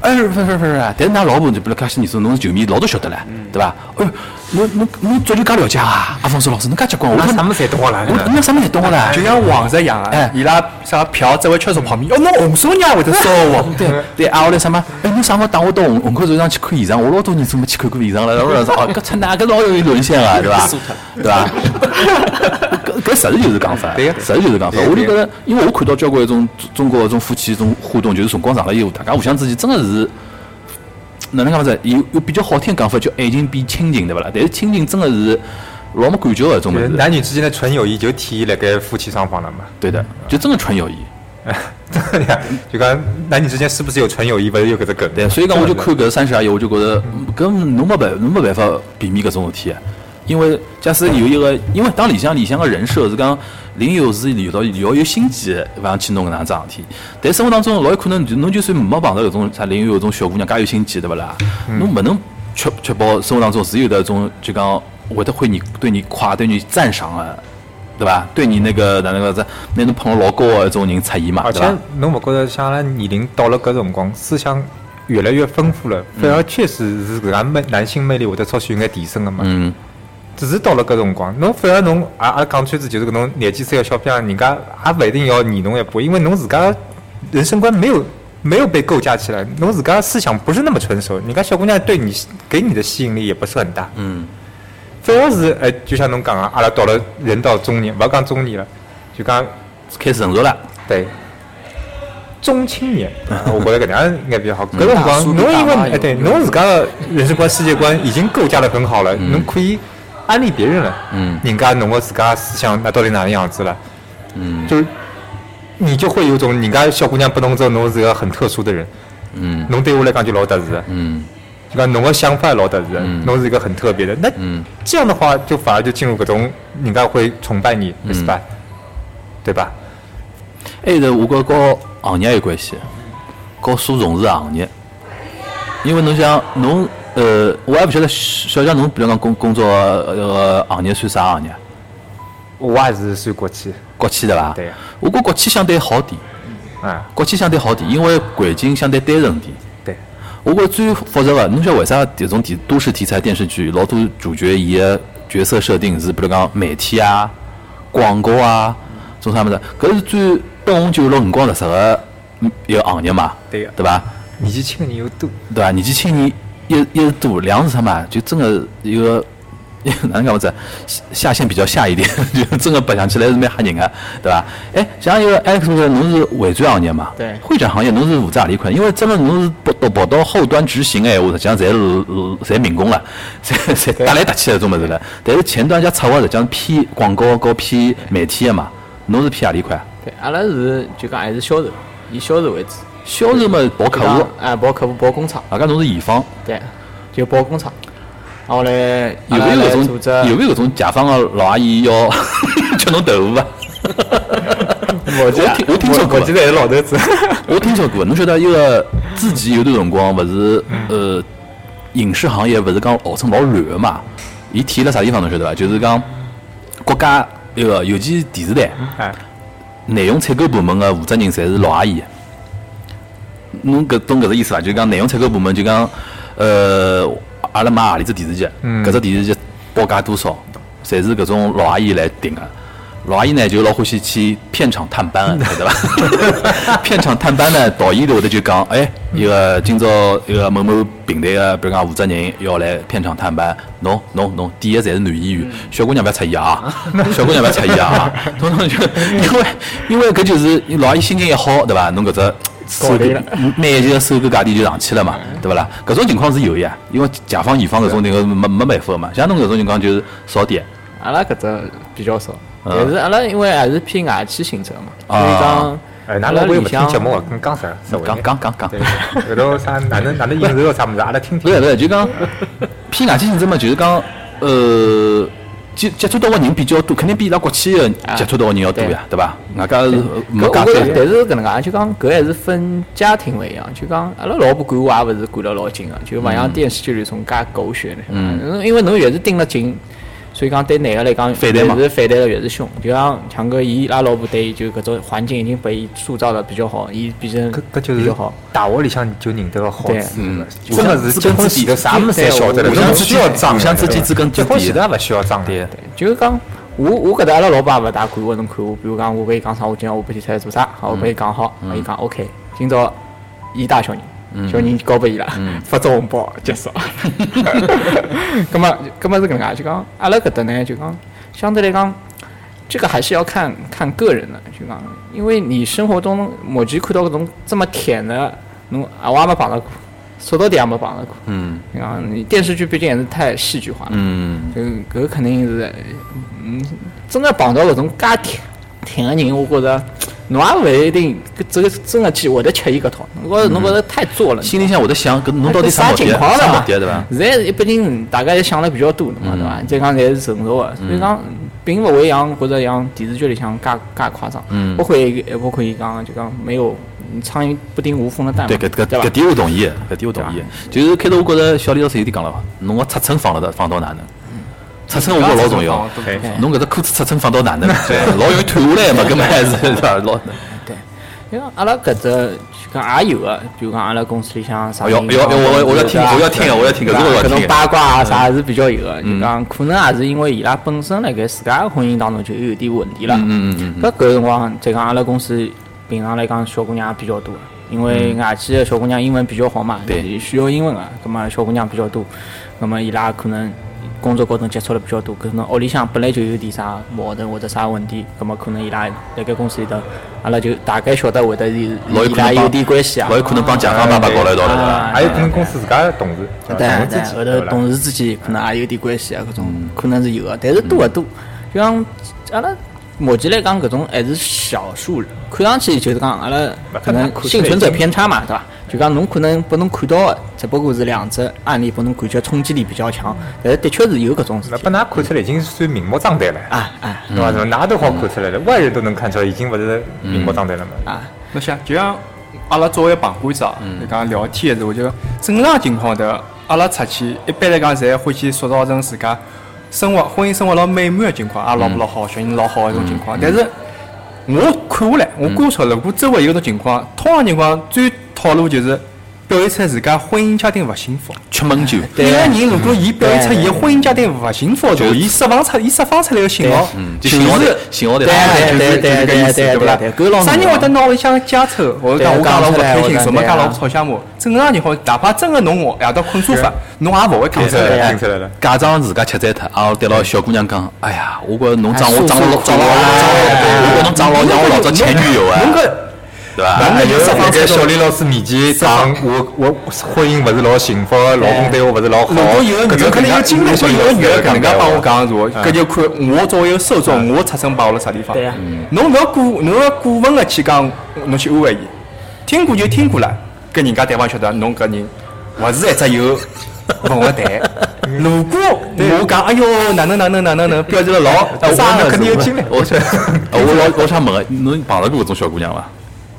Speaker 1: 哎，勿是勿是勿是，但是㑚老婆就比如介些年数，侬是球迷，老早晓得唻，对伐？哦，侬侬侬足球介了解啊？阿芳说：“老师，侬介结棍，我
Speaker 6: 那
Speaker 1: 说
Speaker 6: 啥么侪懂我啦？
Speaker 1: 我侬啥物事懂个啦？”
Speaker 4: 就像王石一样
Speaker 1: 哎。
Speaker 4: 啊，伊拉啥票只会缺少旁边，哦，侬红烧肉会得烧哦
Speaker 1: 对对，啊，我来什么？哎，侬啥辰光带我到虹虹口球场去看现场？我老多年子没去看过现场了。然后我 说，哦，搿出哪搿老有沦陷啊，对伐？对伐？ 搿搿实事求是讲法，
Speaker 6: 对
Speaker 1: 实
Speaker 6: 呀
Speaker 1: 事求是讲法。
Speaker 6: 对呀
Speaker 1: 我就觉得，因为我看到交关一种中中国一种夫妻一种互动，就是辰光长了以后，大家互相之间真的是。哪能讲法子？有有比较好听讲法，叫爱情比亲情，对勿啦？但是亲情真的是老没感觉的一种物
Speaker 6: 就是
Speaker 1: 事。
Speaker 6: 男女之间的纯友谊就体现辣盖夫妻双方了嘛。
Speaker 1: 对的，就真的纯友谊。
Speaker 6: 对呀，就讲男女之间是不是有纯友谊，不是有搿只梗？
Speaker 1: 对，哎所以讲我就看搿三十而已，啊我就觉嗯着搿侬没办侬没办法避免搿种事体，啊因为假使有一个，因为当里向里向个人设是讲零有时有到要有心机的，勿想去弄搿能样桩事体。但生活当中老有可能就侬就算没碰到搿种啥零有搿种小姑娘介有心机，对勿啦？
Speaker 6: 嗯
Speaker 1: 侬勿能确确保生活当中是有的一种就讲会得会你对你夸对你赞赏的、对伐？对你那个哪能个子，拿侬捧了老高的一种人出现嘛，
Speaker 6: 而
Speaker 1: 对
Speaker 6: 且
Speaker 1: 伐？
Speaker 6: 侬勿觉着像阿拉年龄到了搿辰光，思想越来越丰富了，反
Speaker 1: 嗯
Speaker 6: 而确实是搿样魅男性魅力会得稍许有眼提升个嘛。
Speaker 1: 嗯，
Speaker 6: 只是到了搿辰光，侬反而侬啊啊讲穿子就是搿种廿几岁个小姑啊娘，人家也勿一定要念侬一步，因为侬自家人生观没有没有被构架起来，侬自家思想不是那么成熟，人家小姑娘对你给你的吸引力也不是很大。
Speaker 1: 嗯，
Speaker 6: 反而是哎，就像侬讲啊，阿拉到了人到中年，勿要讲中年了，就讲
Speaker 1: 开始成熟了。
Speaker 6: 对，中青年，啊我觉得搿能样应该比较好。搿
Speaker 3: 嗯
Speaker 6: 辰
Speaker 3: 大叔
Speaker 6: 光，
Speaker 3: 比
Speaker 6: 侬
Speaker 3: 大
Speaker 6: 因为
Speaker 3: 妈有嗯
Speaker 6: 哎对，侬自家的人生观、世界观已经构架得很好了，侬可以安利别人了。
Speaker 1: 嗯
Speaker 6: 人家侬个自家思想那到底哪能样子了？
Speaker 1: 嗯
Speaker 6: 就是你就会有种人家小姑娘不能做，侬是个很特殊的人。
Speaker 1: 嗯
Speaker 6: 侬对我来讲就老特殊的，
Speaker 1: 嗯。
Speaker 6: 就讲侬个想法老特殊的，
Speaker 3: 嗯
Speaker 6: 侬是一个很特别的。那
Speaker 1: 嗯
Speaker 6: 这样的话，就反而就进入搿种人家会崇拜你，respect，对吧？
Speaker 1: 还有的，我觉着和行业有关系，和所从事的行业。因为侬想，侬呃，我也不晓得小强侬，比如讲工工作呃呃行业算啥行业？
Speaker 6: 我也是算国企，
Speaker 1: 国企对伐？
Speaker 6: 对呀
Speaker 1: 我觉国企相对好点，
Speaker 6: 啊，
Speaker 1: 国企相对好点，因为环境相对单纯点。
Speaker 6: 对。
Speaker 1: 我觉着最复杂的，侬晓得为啥迭种题都市题材电视剧老多主角伊个角色设定是，比如讲媒体啊、广告啊，种啥物事，搿是最八红九六五光十色个一个行业嘛，
Speaker 6: 对个
Speaker 1: 对伐？
Speaker 6: 年纪轻的人又多，
Speaker 1: 对伐？年纪轻人一一是多，两是啥嘛？就真个一个 哪能讲法子？下下限比较下一点，就真个白相起来是蛮吓人个，对伐？哎，像一个 Alex 说，侬是会展行业嘛？
Speaker 5: 对
Speaker 1: 会展行业侬是负责何里一块？因为真个侬是跑到跑到后端执行个闲话，实际上侪是侪民工了， 侪侪搭来搭去的种物事了。但是前端加策划实际上偏广告和偏媒体个嘛，侬是偏何里一块？
Speaker 5: 对，阿拉是就讲还是销售，以销售为主，
Speaker 1: 销售嘛，跑客户，
Speaker 5: 哎，包客户包工厂，
Speaker 1: 大啊家侬是乙方。
Speaker 5: 对，就包工厂。然后嘞，
Speaker 1: 有没
Speaker 5: 阿
Speaker 1: 有
Speaker 5: 拉
Speaker 1: 搿
Speaker 5: 来
Speaker 1: 种
Speaker 5: 组织啊
Speaker 1: 有没有搿种甲方个啊老阿姨 要吃侬豆腐啊？
Speaker 5: 我
Speaker 1: 我听我听说过
Speaker 6: 我记得也是老头子。
Speaker 1: 我听说过，侬晓得一个之前有段辰光勿是
Speaker 5: 嗯
Speaker 1: 呃影视行业勿是讲号称老乱个嘛？伊体现了啥地方侬晓得伐？就是讲国家那个尤其电视台
Speaker 6: 哎，
Speaker 1: 内容采购部门个负责人侪是老阿姨。侬搿懂搿只意思伐？就讲内容采购部门就讲呃阿拉买何里只电视剧，
Speaker 6: 嗯
Speaker 1: 搿只电视剧报价多少，侪是搿种老阿姨来定个。老阿姨呢，就老欢喜去片场探班的，对伐？ 片场探班呢，导演会得就讲，哎，一个今朝一个某某平台个，比如讲负责人要来片场探班，侬侬侬，第一侪是男演员，小姑娘勿要出现啊，小姑娘勿要出现啊，侬侬就因为因为搿就是老阿姨心情一好，对伐？侬搿只收购每一个收购价钿就上去了嘛，
Speaker 6: 嗯
Speaker 1: 对勿啦？搿种情况是有呀，因为甲方乙方搿种情况没没办法嘛，像侬搿种情况就是少点，
Speaker 5: 阿拉搿只比较少，
Speaker 1: 嗯
Speaker 5: 但是阿拉因为还是偏外企性质的嘛，所以
Speaker 1: 啊
Speaker 5: 讲
Speaker 6: 哎，
Speaker 5: 阿
Speaker 6: 哪
Speaker 5: 拉
Speaker 6: 能我也
Speaker 5: 里
Speaker 6: 不听
Speaker 5: 向
Speaker 6: 节目啊，跟讲啥？啥回事
Speaker 1: 讲讲讲讲啊
Speaker 6: 对，。搿种啥哪能哪能应酬啥物事，阿拉听
Speaker 1: 不
Speaker 6: 听。
Speaker 1: 是不是，就讲偏外企性质嘛，就是讲呃，接接触到个人比较多，肯定比伊拉国企个
Speaker 5: 啊
Speaker 1: 接触到个人要多呀，对伐？外加是呃
Speaker 5: 搿
Speaker 1: 没
Speaker 5: 我
Speaker 1: 介
Speaker 5: 觉得
Speaker 1: 多。
Speaker 5: 但是搿能介，就讲搿还是分家庭勿一样。就讲阿拉老婆管我也勿是管了老紧个，就勿像电视剧里种介狗血的。嗯，因为侬越是盯了紧，所以讲对男个来讲，
Speaker 1: 反弹嘛
Speaker 5: 越是反弹的越是凶。就像强哥伊拉老婆对伊就搿种环境已经被伊塑造的比较好，伊变成
Speaker 6: 搿搿就
Speaker 5: 比
Speaker 6: 是
Speaker 5: 较好。
Speaker 6: 大学里向就认得个好
Speaker 5: 对
Speaker 6: 字了，
Speaker 1: 嗯
Speaker 6: 真的是
Speaker 1: 互相
Speaker 6: 真空前头啥么子侪晓得了，
Speaker 1: 互相
Speaker 6: 侬
Speaker 1: 之
Speaker 6: 需
Speaker 1: 间
Speaker 6: 要装的，
Speaker 1: 互相之间
Speaker 6: 对吧
Speaker 1: 知根知
Speaker 6: 结婚
Speaker 1: 底
Speaker 6: 前头也勿需要装的，
Speaker 1: 对，
Speaker 5: 就是讲，我我搿搭阿拉老爸勿大管我，侬看我，比如讲我跟伊讲啥，我今朝下半天出来做
Speaker 1: 嗯
Speaker 5: 啥，好，我跟伊讲好，伊讲 OK，今朝伊带小
Speaker 1: 嗯
Speaker 5: 人，小人交拨伊拉，发只红包结 束。葛么，葛啊么是搿能介，就讲阿拉搿搭呢，就讲相对来讲。这个还是要看看个人的，啊就讲，因为你生活中目前看到搿种这么舔的，侬啊我也没碰到过，说到底也没碰到过。
Speaker 1: 嗯
Speaker 5: 就讲你电视剧毕竟也是太戏剧化了，
Speaker 1: 嗯，
Speaker 5: 嗯，搿肯定是，嗯，真的碰到搿种介甜甜个人，我觉着侬也勿一定搿这个真个去会得吃伊搿套，我觉着侬觉着太作了。
Speaker 1: 嗯心里向会得想，搿侬
Speaker 6: 哎
Speaker 5: 侬
Speaker 1: 到底目
Speaker 5: 啥
Speaker 1: 的？
Speaker 5: 情况
Speaker 1: 啥目
Speaker 5: 了？
Speaker 1: 的嗯对伐？
Speaker 5: 现在毕竟大家也想了比较多了嘛，对伐？再讲侪是成熟个，所
Speaker 1: 嗯
Speaker 5: 以讲并勿会像觉着像电视剧里向介介夸张。
Speaker 1: 嗯
Speaker 5: 包括一个包括伊讲就讲没有嗯苍蝇不叮无缝的蛋嘛。
Speaker 1: 对，搿搿
Speaker 5: 对
Speaker 1: 搿
Speaker 5: 伐？
Speaker 1: 点我同意，搿点我同意。就是开头我觉着小李老师有点讲了，侬个尺寸放了到放到哪能？尺寸我觉着老重要。
Speaker 6: 对
Speaker 1: 侬搿只裤子尺寸放到哪能？ 老容易退下来嘛，搿么还 是是吧？老
Speaker 5: 因为阿拉搿只就讲也有个，比如讲阿拉公司里向啥
Speaker 1: 哎
Speaker 5: 人
Speaker 1: 呦
Speaker 5: 啊，
Speaker 1: 哎呦哎呦我我要听我要听啊我要听搿
Speaker 5: 搿
Speaker 1: 是我要
Speaker 5: 种
Speaker 1: 听
Speaker 5: 八卦啊啥是比较有个，
Speaker 1: 嗯
Speaker 5: 就讲可能也是因为伊拉本身辣盖自家个婚姻当中就有点问题了。
Speaker 1: 嗯嗯嗯
Speaker 5: 搿搿个辰光，再讲阿拉公司平常来讲小姑娘也比较多，因为外企个小姑娘英文比较好嘛，
Speaker 1: 对
Speaker 5: 就是需要英文个，啊葛末小姑娘比较多，葛末伊拉可能。工作高头接触了比较多，可能屋里向本来就有点啥矛盾或者啥问题，葛末可能伊拉辣盖公司里头，阿拉就大概晓得会得是
Speaker 1: 老有
Speaker 5: 伊
Speaker 1: 可能
Speaker 5: 拉有
Speaker 1: 帮
Speaker 5: 点关系啊，
Speaker 1: 老有可能帮甲方爸爸搞了一道了，对伐？
Speaker 6: 哎还有可能公司自家的同事，
Speaker 5: 对
Speaker 6: 同事
Speaker 5: 对
Speaker 6: 之
Speaker 5: 对，
Speaker 6: 间
Speaker 5: 后
Speaker 6: 对
Speaker 5: 头
Speaker 6: 吧
Speaker 5: 同事之间可能也有点关系啊，搿种可能是有的，但是多勿啊多？就像阿拉目前来讲，搿种还是少数人，看上去就是讲阿拉可能幸存者偏差嘛，对伐？就讲侬可能拨侬看到的，只不过是两只案例拨侬感觉冲击力比较强，但是的确是有搿种事
Speaker 6: 那
Speaker 5: 体
Speaker 6: 把㑚看出来已经算明目张胆了，
Speaker 5: 啊啊
Speaker 6: 对伐？哪都好看出来了，外人都能看出来，已经勿是明目张胆了嘛。
Speaker 5: 啊！
Speaker 4: 侬想，就像阿拉作为旁观者，就讲聊天的时候，就讲正常情况的，阿拉出去一般来讲，侪欢喜塑造成自家生活、婚姻生活老美满的情况，阿啊拉老婆老好，小人老好的一种情况。但是，我看下来，我观察了，如果周围有一种情况，通常情况最套路就是表现出自家婚姻家庭勿幸福。
Speaker 1: 吃闷酒，
Speaker 5: 对
Speaker 4: 一个人如果伊表现出伊的婚姻家庭勿幸福的时候，
Speaker 1: 就是
Speaker 4: 伊释放出伊释放出来个信号
Speaker 1: 嗯，就
Speaker 4: 就
Speaker 1: 信号
Speaker 4: 是
Speaker 1: 弹，信号弹，
Speaker 5: 对对对
Speaker 4: 对
Speaker 5: 对对
Speaker 4: 对
Speaker 5: 对
Speaker 4: 伐
Speaker 5: 对，搿老
Speaker 4: 啥人会得拿屋里向家丑，或者讲我讲老婆不开心，什么讲啊老婆吵相骂？正常情况，哪怕真个侬我夜到困沙发，侬也勿会看
Speaker 6: 听
Speaker 4: 出
Speaker 6: 出来
Speaker 4: 来的。
Speaker 6: 了，听出来了。
Speaker 1: 假装自家吃醉脱，然后对牢小姑娘讲：“哎呀，我觉着侬长我长老长老，我觉着侬长老像我老早前女友啊，
Speaker 4: 侬搿
Speaker 1: 对伐？”
Speaker 6: 还有辣盖小李老师面前讲我我婚姻勿是老幸福，老公对我勿是老好，
Speaker 4: 如果有个女的，肯哦定有经历过，有个女嗯的搿能介帮我讲是伐？搿就看我作为一个受众，我出身摆辣啥地方
Speaker 5: 对呀。
Speaker 4: 侬勿要过，侬要过分个去讲，侬去安慰伊，听过就听过了，搿人家对方晓得侬搿人勿是一只有文化 蛋。如果我讲，哎哟，哪能哪能哪能哪能，表现了
Speaker 6: 哎
Speaker 4: 老
Speaker 1: 哎我
Speaker 4: 伤
Speaker 1: 那
Speaker 4: 个
Speaker 1: 肯定有
Speaker 4: 是
Speaker 1: 经
Speaker 4: 伐
Speaker 1: 历。 我想，哎我老我想问个，侬碰到过搿种小姑娘伐？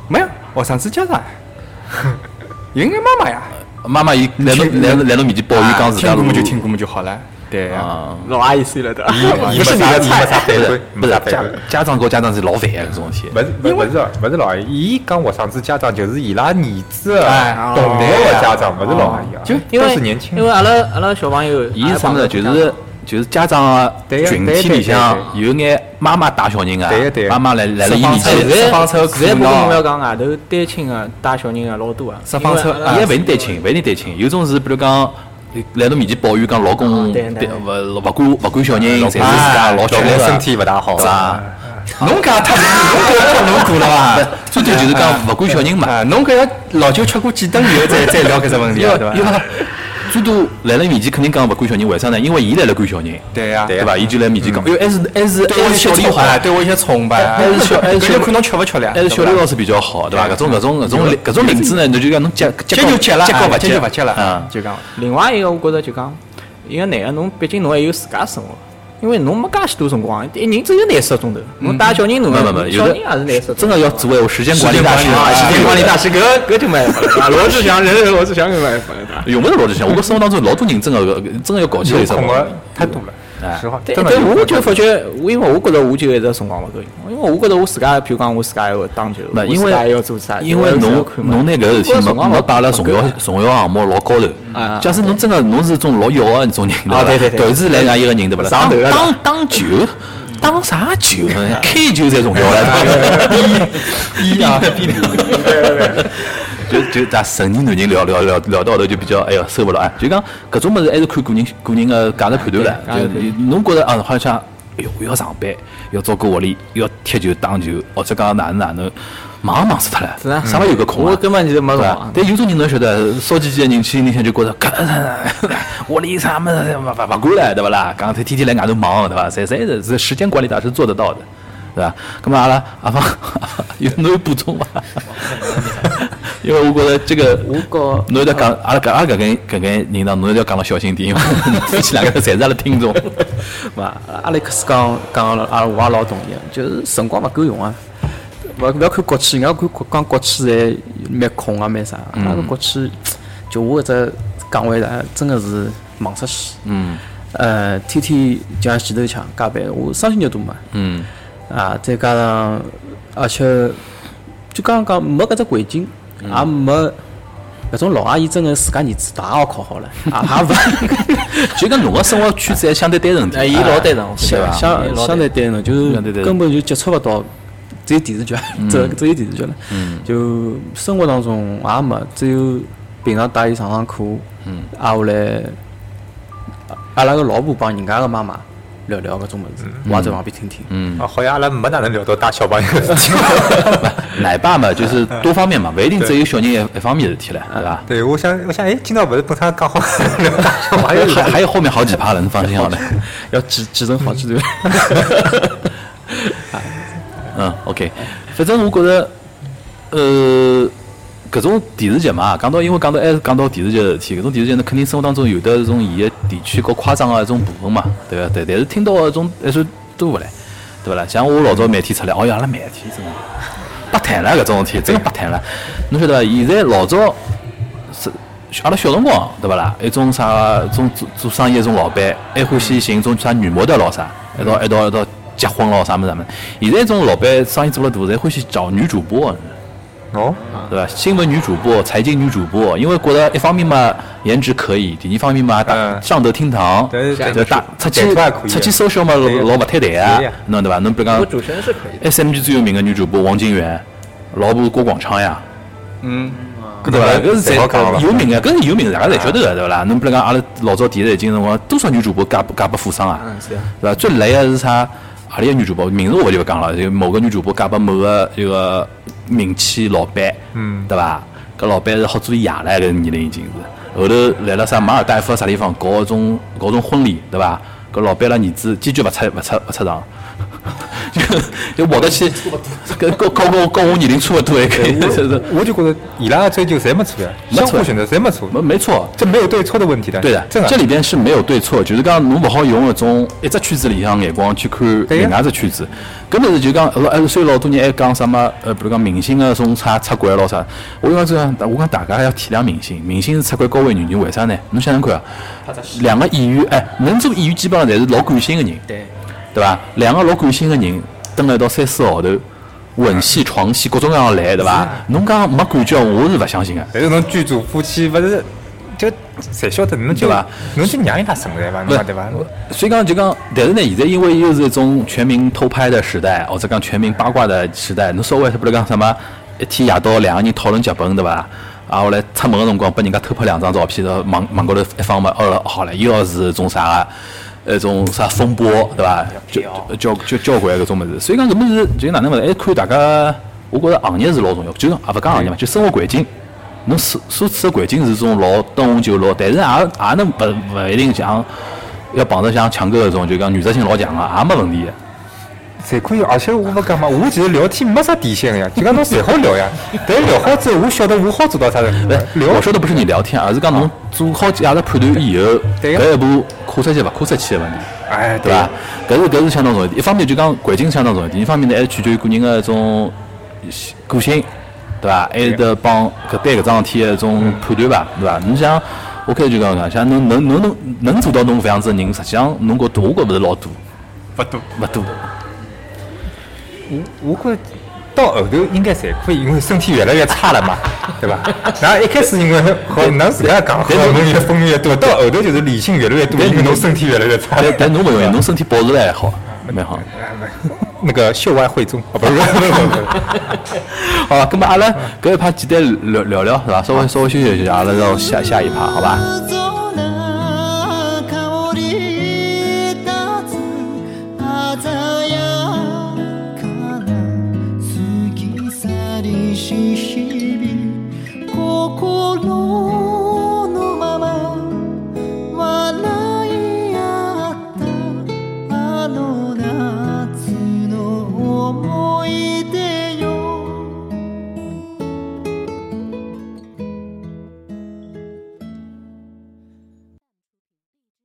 Speaker 4: 没有，学生子家长，应该啊妈妈呀。
Speaker 1: 妈 妈伊来侬来来侬面前抱
Speaker 6: 啊
Speaker 1: 怨讲自家
Speaker 4: 听过么就听过么就好了。对呀。
Speaker 1: 啊，
Speaker 5: 老阿姨岁了的，
Speaker 6: 伊没啥伊没啥反
Speaker 1: 是
Speaker 6: 馈，
Speaker 1: 不
Speaker 6: 没
Speaker 1: 是
Speaker 6: 啥
Speaker 1: 家
Speaker 6: 反馈。
Speaker 1: 家长和家长是老烦个搿种事体，
Speaker 6: 勿是勿是勿是老阿姨，伊讲学生子家长就是伊拉儿子
Speaker 4: 哎
Speaker 6: 的同代的家长，勿是老阿姨啊，
Speaker 4: 就
Speaker 5: 因
Speaker 6: 都
Speaker 5: 为
Speaker 6: 是年轻
Speaker 5: 因为
Speaker 6: 人。
Speaker 5: 阿拉阿拉小朋友，
Speaker 1: 伊是啥物事？就是就是家长啊
Speaker 6: 对呀
Speaker 1: 群
Speaker 6: 对
Speaker 1: 体
Speaker 6: 对
Speaker 1: 里向
Speaker 6: 对
Speaker 1: 有眼妈妈带小人啊
Speaker 6: 对呀对，呀
Speaker 1: 妈妈来来了伊面
Speaker 5: 哎，
Speaker 1: 前
Speaker 5: 现。在
Speaker 4: 释放出
Speaker 5: 现在
Speaker 4: 苦
Speaker 5: 不过
Speaker 4: 恼
Speaker 5: 侬要讲外头单亲个带小人个老多啊，
Speaker 4: 释放出
Speaker 5: 因为阿拉
Speaker 1: 伊也勿一定单亲，勿一定单亲，有种是比如讲。来侬面前抱怨讲老公
Speaker 5: 啊对对
Speaker 1: 对勿勿管勿管小人，侪是自家
Speaker 6: 哎
Speaker 1: 啊老
Speaker 6: 小
Speaker 1: 缺
Speaker 6: 人
Speaker 1: 德
Speaker 6: 身体勿大好
Speaker 1: 是伐？
Speaker 4: 侬讲嗯他，侬讲他侬过了伐？
Speaker 1: 最多就是讲勿管小人嘛，
Speaker 4: 啊，侬搿要老酒吃过几顿以后再再聊搿只问题啊，
Speaker 1: 要
Speaker 4: 对伐？
Speaker 1: 要最多来了面前肯定讲勿管小人，为啥呢？因为伊来了管小人，
Speaker 4: 对呀，嗯
Speaker 1: 对伐？伊就来面前讲，因为还是还是
Speaker 4: 对我
Speaker 1: 还
Speaker 4: 一
Speaker 1: 是
Speaker 4: 些
Speaker 1: 小李
Speaker 4: 崇
Speaker 1: 好，
Speaker 4: 拜，对我一些崇拜，
Speaker 1: 还是小还 是
Speaker 4: 搿
Speaker 1: 小
Speaker 4: 就看侬吃勿吃了，
Speaker 1: 还是小
Speaker 4: 对啊
Speaker 1: 李
Speaker 4: 伐
Speaker 1: 老师比较好，对伐？搿种搿种搿种搿种领子呢，侬就讲侬接接
Speaker 4: 接就接了，
Speaker 1: 接
Speaker 4: 哎
Speaker 1: 高勿
Speaker 4: 接就勿接了，
Speaker 1: 嗯
Speaker 4: 就讲
Speaker 5: 另外一个，我觉着就讲，一个男个侬毕竟侬还有自家生活，因为侬没介许多辰光，一人只有廿四个钟头，侬带小人侬
Speaker 1: 嗯没没没，
Speaker 5: 小
Speaker 1: 有
Speaker 5: 人也是
Speaker 1: 的
Speaker 5: 廿四个
Speaker 1: 真
Speaker 5: 钟头。
Speaker 1: 的要做我时间管理大师
Speaker 5: 啊，时间管理大
Speaker 1: 师
Speaker 5: 师，搿搿就没办法了对伐。罗志祥，人人罗志祥搿没办法了对伐。
Speaker 1: 用勿着老志祥，我觉生活当中老多人真的真的要搞起来有
Speaker 6: 有
Speaker 1: 啥
Speaker 6: 空
Speaker 1: 毛
Speaker 6: 个
Speaker 1: 病
Speaker 6: 太多
Speaker 1: 哎
Speaker 6: 了，实话，
Speaker 5: 但
Speaker 6: 真的
Speaker 5: 但
Speaker 6: 有
Speaker 5: 我
Speaker 6: 空
Speaker 5: 就
Speaker 6: 太
Speaker 5: 发
Speaker 6: 多。
Speaker 5: 觉，我因为我觉着我就一直辰光勿够用，因为我觉着我自家，譬如讲我自家要打球，
Speaker 1: 那
Speaker 5: 我
Speaker 1: 因
Speaker 5: 自家
Speaker 1: 为
Speaker 5: 要做啥，
Speaker 1: 因为
Speaker 5: 我自家
Speaker 1: 侬
Speaker 5: 要看嘛
Speaker 1: 侬拿搿个事体没
Speaker 5: 我觉得辰光
Speaker 1: 没
Speaker 5: 勿
Speaker 1: 摆辣
Speaker 5: 勿
Speaker 1: 重
Speaker 5: 够
Speaker 1: 要重要项目老高头
Speaker 5: 啊。
Speaker 1: 假使侬真个侬是种老要的那种人，
Speaker 5: 啊
Speaker 1: 对伐？
Speaker 5: 对对对
Speaker 1: 投资来讲一个人对勿啦？
Speaker 5: 上
Speaker 1: 当
Speaker 5: 头了
Speaker 1: 当当球，当啥球呢？开
Speaker 5: 啊
Speaker 1: 球才重要啊了。 逼逼啊！逼逼！就就咱成年男人聊聊聊聊到后头就比较哎哟受勿了啊！就讲搿种物事还是看个人个人个价值判断了。
Speaker 5: 对价值
Speaker 1: 就
Speaker 5: 判断
Speaker 1: 你侬觉着啊，好像哎哟，我要上班，要照顾屋里，要踢球打球，或者讲哪能哪能，忙也忙死脱了。
Speaker 5: 是啊
Speaker 1: 啥么有个空啊？
Speaker 5: 我根本就没辰
Speaker 1: 对
Speaker 5: 光
Speaker 1: 吧？。但有种人侬晓得，烧几几个人去里向就觉着，搿屋里啥么子勿勿勿管了，对勿啦？讲他天天来外头忙，对伐？侪侪是是时间管理大师做得到的，对伐？咁么阿拉阿芳有侬有补充伐？因为我觉着这个，
Speaker 5: 我觉
Speaker 1: 侬要讲阿拉搿阿拉搿眼搿眼人呢，侬要讲了小心点，因为夫妻两个侪是阿拉听众。
Speaker 3: 嘛，阿雷克斯讲讲了，阿拉我也老同意，就是辰光勿够用啊。勿勿要看国企，人家看国讲国企侪蛮空啊，蛮啥。
Speaker 1: 嗯
Speaker 3: 那个国企，就我搿只岗位啊，真个是忙死死。
Speaker 1: 嗯
Speaker 3: 呃，天天就像前头抢加班，我伤心就多嘛。
Speaker 1: 嗯
Speaker 3: 啊，再加上而且就刚刚没搿只环境，
Speaker 1: 嗯
Speaker 3: 也没搿种老阿姨真个自家儿子大学考好了，也也勿。
Speaker 1: 就讲侬个生活圈子还相对单纯点，
Speaker 5: 哎，伊老单纯，我觉得
Speaker 3: 相相相对单纯，就是
Speaker 1: 相对单纯
Speaker 3: 根本就接触勿到，只有电视剧，只只有电视剧了。就生活当中也没，只有平常带伊上上课，挨下来，阿拉个老婆帮人家个妈妈聊聊搿种物事，我也在旁边听听。
Speaker 1: 嗯。
Speaker 6: 啊，好像阿拉没哪能聊到带小朋友的事体。
Speaker 1: 奶爸嘛，就是多方面嘛，勿一定只有小人一一方面事体了，对伐？
Speaker 6: 对，我想，我想，哎，今朝不是本身讲好 聊带
Speaker 1: 还
Speaker 6: 小朋
Speaker 1: 有
Speaker 6: 友
Speaker 1: 还
Speaker 6: 的，
Speaker 1: 还有后面好几趴了，你放心好了。
Speaker 3: 要继继承好几 段。
Speaker 1: 嗯，OK，反正我觉着，呃，搿种电视剧嘛，讲到因为讲到还是讲到电视剧的事体，搿种电视剧呢，肯定生活当中有的是种伊个地区和夸张个啊一种部分嘛，对伐？对，但是听到个种还算多勿唻，对勿啦？像我老早每天出来，哦哟，阿拉每天真的 白谈了搿种事体，真个白谈了。侬晓得伐？现在老早是阿拉小辰光对勿啦？一种啥种做做生意一种老板，还欢喜寻种啥女模特咯啥，一道一道一道结婚咯啥么啥么。现在种老板生意做了大，侪欢喜找女主播的，
Speaker 6: 哦，
Speaker 1: 对伐？新闻女主播、财经女主播，因为觉得一方面嘛颜值可以，第二方面嘛大
Speaker 6: 嗯
Speaker 1: 上得厅堂，
Speaker 6: 对对
Speaker 1: 就大出
Speaker 6: 对
Speaker 1: 去
Speaker 6: 对对
Speaker 1: 出去 social 嘛
Speaker 6: 啊对
Speaker 1: 老老勿摊台啊
Speaker 6: 对呀，
Speaker 1: 侬对伐？侬比如讲
Speaker 5: 我主持人是可以的。
Speaker 1: SMG 最有名的女主播王金源，老婆郭广昌呀。嗯， 对伐？搿是
Speaker 6: 侪好讲
Speaker 1: 侪
Speaker 6: 了
Speaker 1: 有名的，搿是有名的，大家侪晓得的，对伐啦？侬比如讲，阿拉老早电视台经辰光，多少女主播嫁不嫁拨富商啊？
Speaker 5: 嗯，是啊。
Speaker 1: 对伐？最雷个是啥？何里个女主播名字我就勿讲了，就某个女主播嫁拨某个一个名气老板，嗯，对伐？搿老板是好做爷了，搿年龄已经是。后头来了啥马尔代夫啥地方搞搿种搞种婚礼，对伐？搿老板拉儿子坚决勿出勿出勿出场， 就就跑得去，跟跟跟我跟我年龄差勿多还可以， 就是
Speaker 6: 我就觉得伊拉的追求侪没错呀，
Speaker 1: 没错
Speaker 6: 相互选择侪没错，
Speaker 1: 没没错，
Speaker 6: 这没有对错的问题的。
Speaker 1: 对的，
Speaker 6: 真的
Speaker 1: 这里边是没有对错，就是讲侬勿好用搿种一只圈子里向眼光去看
Speaker 6: 对呀
Speaker 1: 另外一只圈子。搿物事就讲，老哎，所以老多人还讲什么呃，比如讲明星个种出出轨咯啥。我讲这样，我讲大家要体谅明星，明星是出轨高危女人，为啥呢？侬想想看啊，两个演员哎，能做演员基本上侪是老感性个人，
Speaker 3: 对，
Speaker 1: 对伐？两个老感性个人蹲了一道三四个号头，吻戏、床戏各种各样来，对伐？侬讲没感觉，我是勿相信个。
Speaker 6: 但是侬剧组夫妻勿是就侪晓得侬就
Speaker 1: 对吧？
Speaker 6: 侬就让伊拉存在吧，侬
Speaker 1: 不
Speaker 6: 讲对吧？
Speaker 1: 所以讲就讲，但是呢，现在因为又是一种全民偷拍的时代，或者讲全民八卦的时代，侬稍微比如讲什么一天夜到两个人讨论剧本，对伐？啊，后来出门个辰光被人家偷拍两张照片，然后网网高头一放嘛，哦好了，又要是种啥个，一种啥风波，对伐？就交交交关搿种物事，所以讲搿物事就哪能物事，还是看大家，我觉着行业是老重要，就是也勿讲行业嘛，就生活环境。侬所所处的环境是种老灯红酒绿，但是也也能勿勿一定像要碰着像强哥搿种，就讲原则性老强啊个，也没问题个。
Speaker 6: 侪可以，而且我勿讲嘛，我其实聊天没啥底线个呀，就讲侬侪好 聊呀，但是聊好之后，我晓得我好做到啥程度。聊
Speaker 1: 我说的不是你聊天，而是讲侬做好价值判断以后，
Speaker 6: 对呀
Speaker 1: 搿一步跨出去勿跨出去个问题。哎，对伐？搿是搿是相当重要的，一方面就讲环境相当重要的，一方面呢还是取决于个人个一种喜个性，对伐？还有得帮搿对搿桩事体个一种判断吧，对伐？侬像我开始就讲讲，像侬能侬能能做到侬搿样子个人，实际上侬觉得我觉勿是老多，
Speaker 4: 不多。
Speaker 1: 勿多。
Speaker 6: 我觉得到后头应该侪可以，因为身体越来越差了嘛，对吧？然后一开始因为好，侬自家讲好，侬越疯越多，到后头就是理性越来越多，因为侬身体越来越差。
Speaker 1: 但但侬勿容易，侬身体保持了还好，蛮好。
Speaker 6: 那个秀外慧中啊，不是，不是不是
Speaker 1: 好，那么阿拉搿一趴简单聊聊聊，是伐？稍微稍微休息一下，阿拉到下下一趴，好吧？
Speaker 2: 走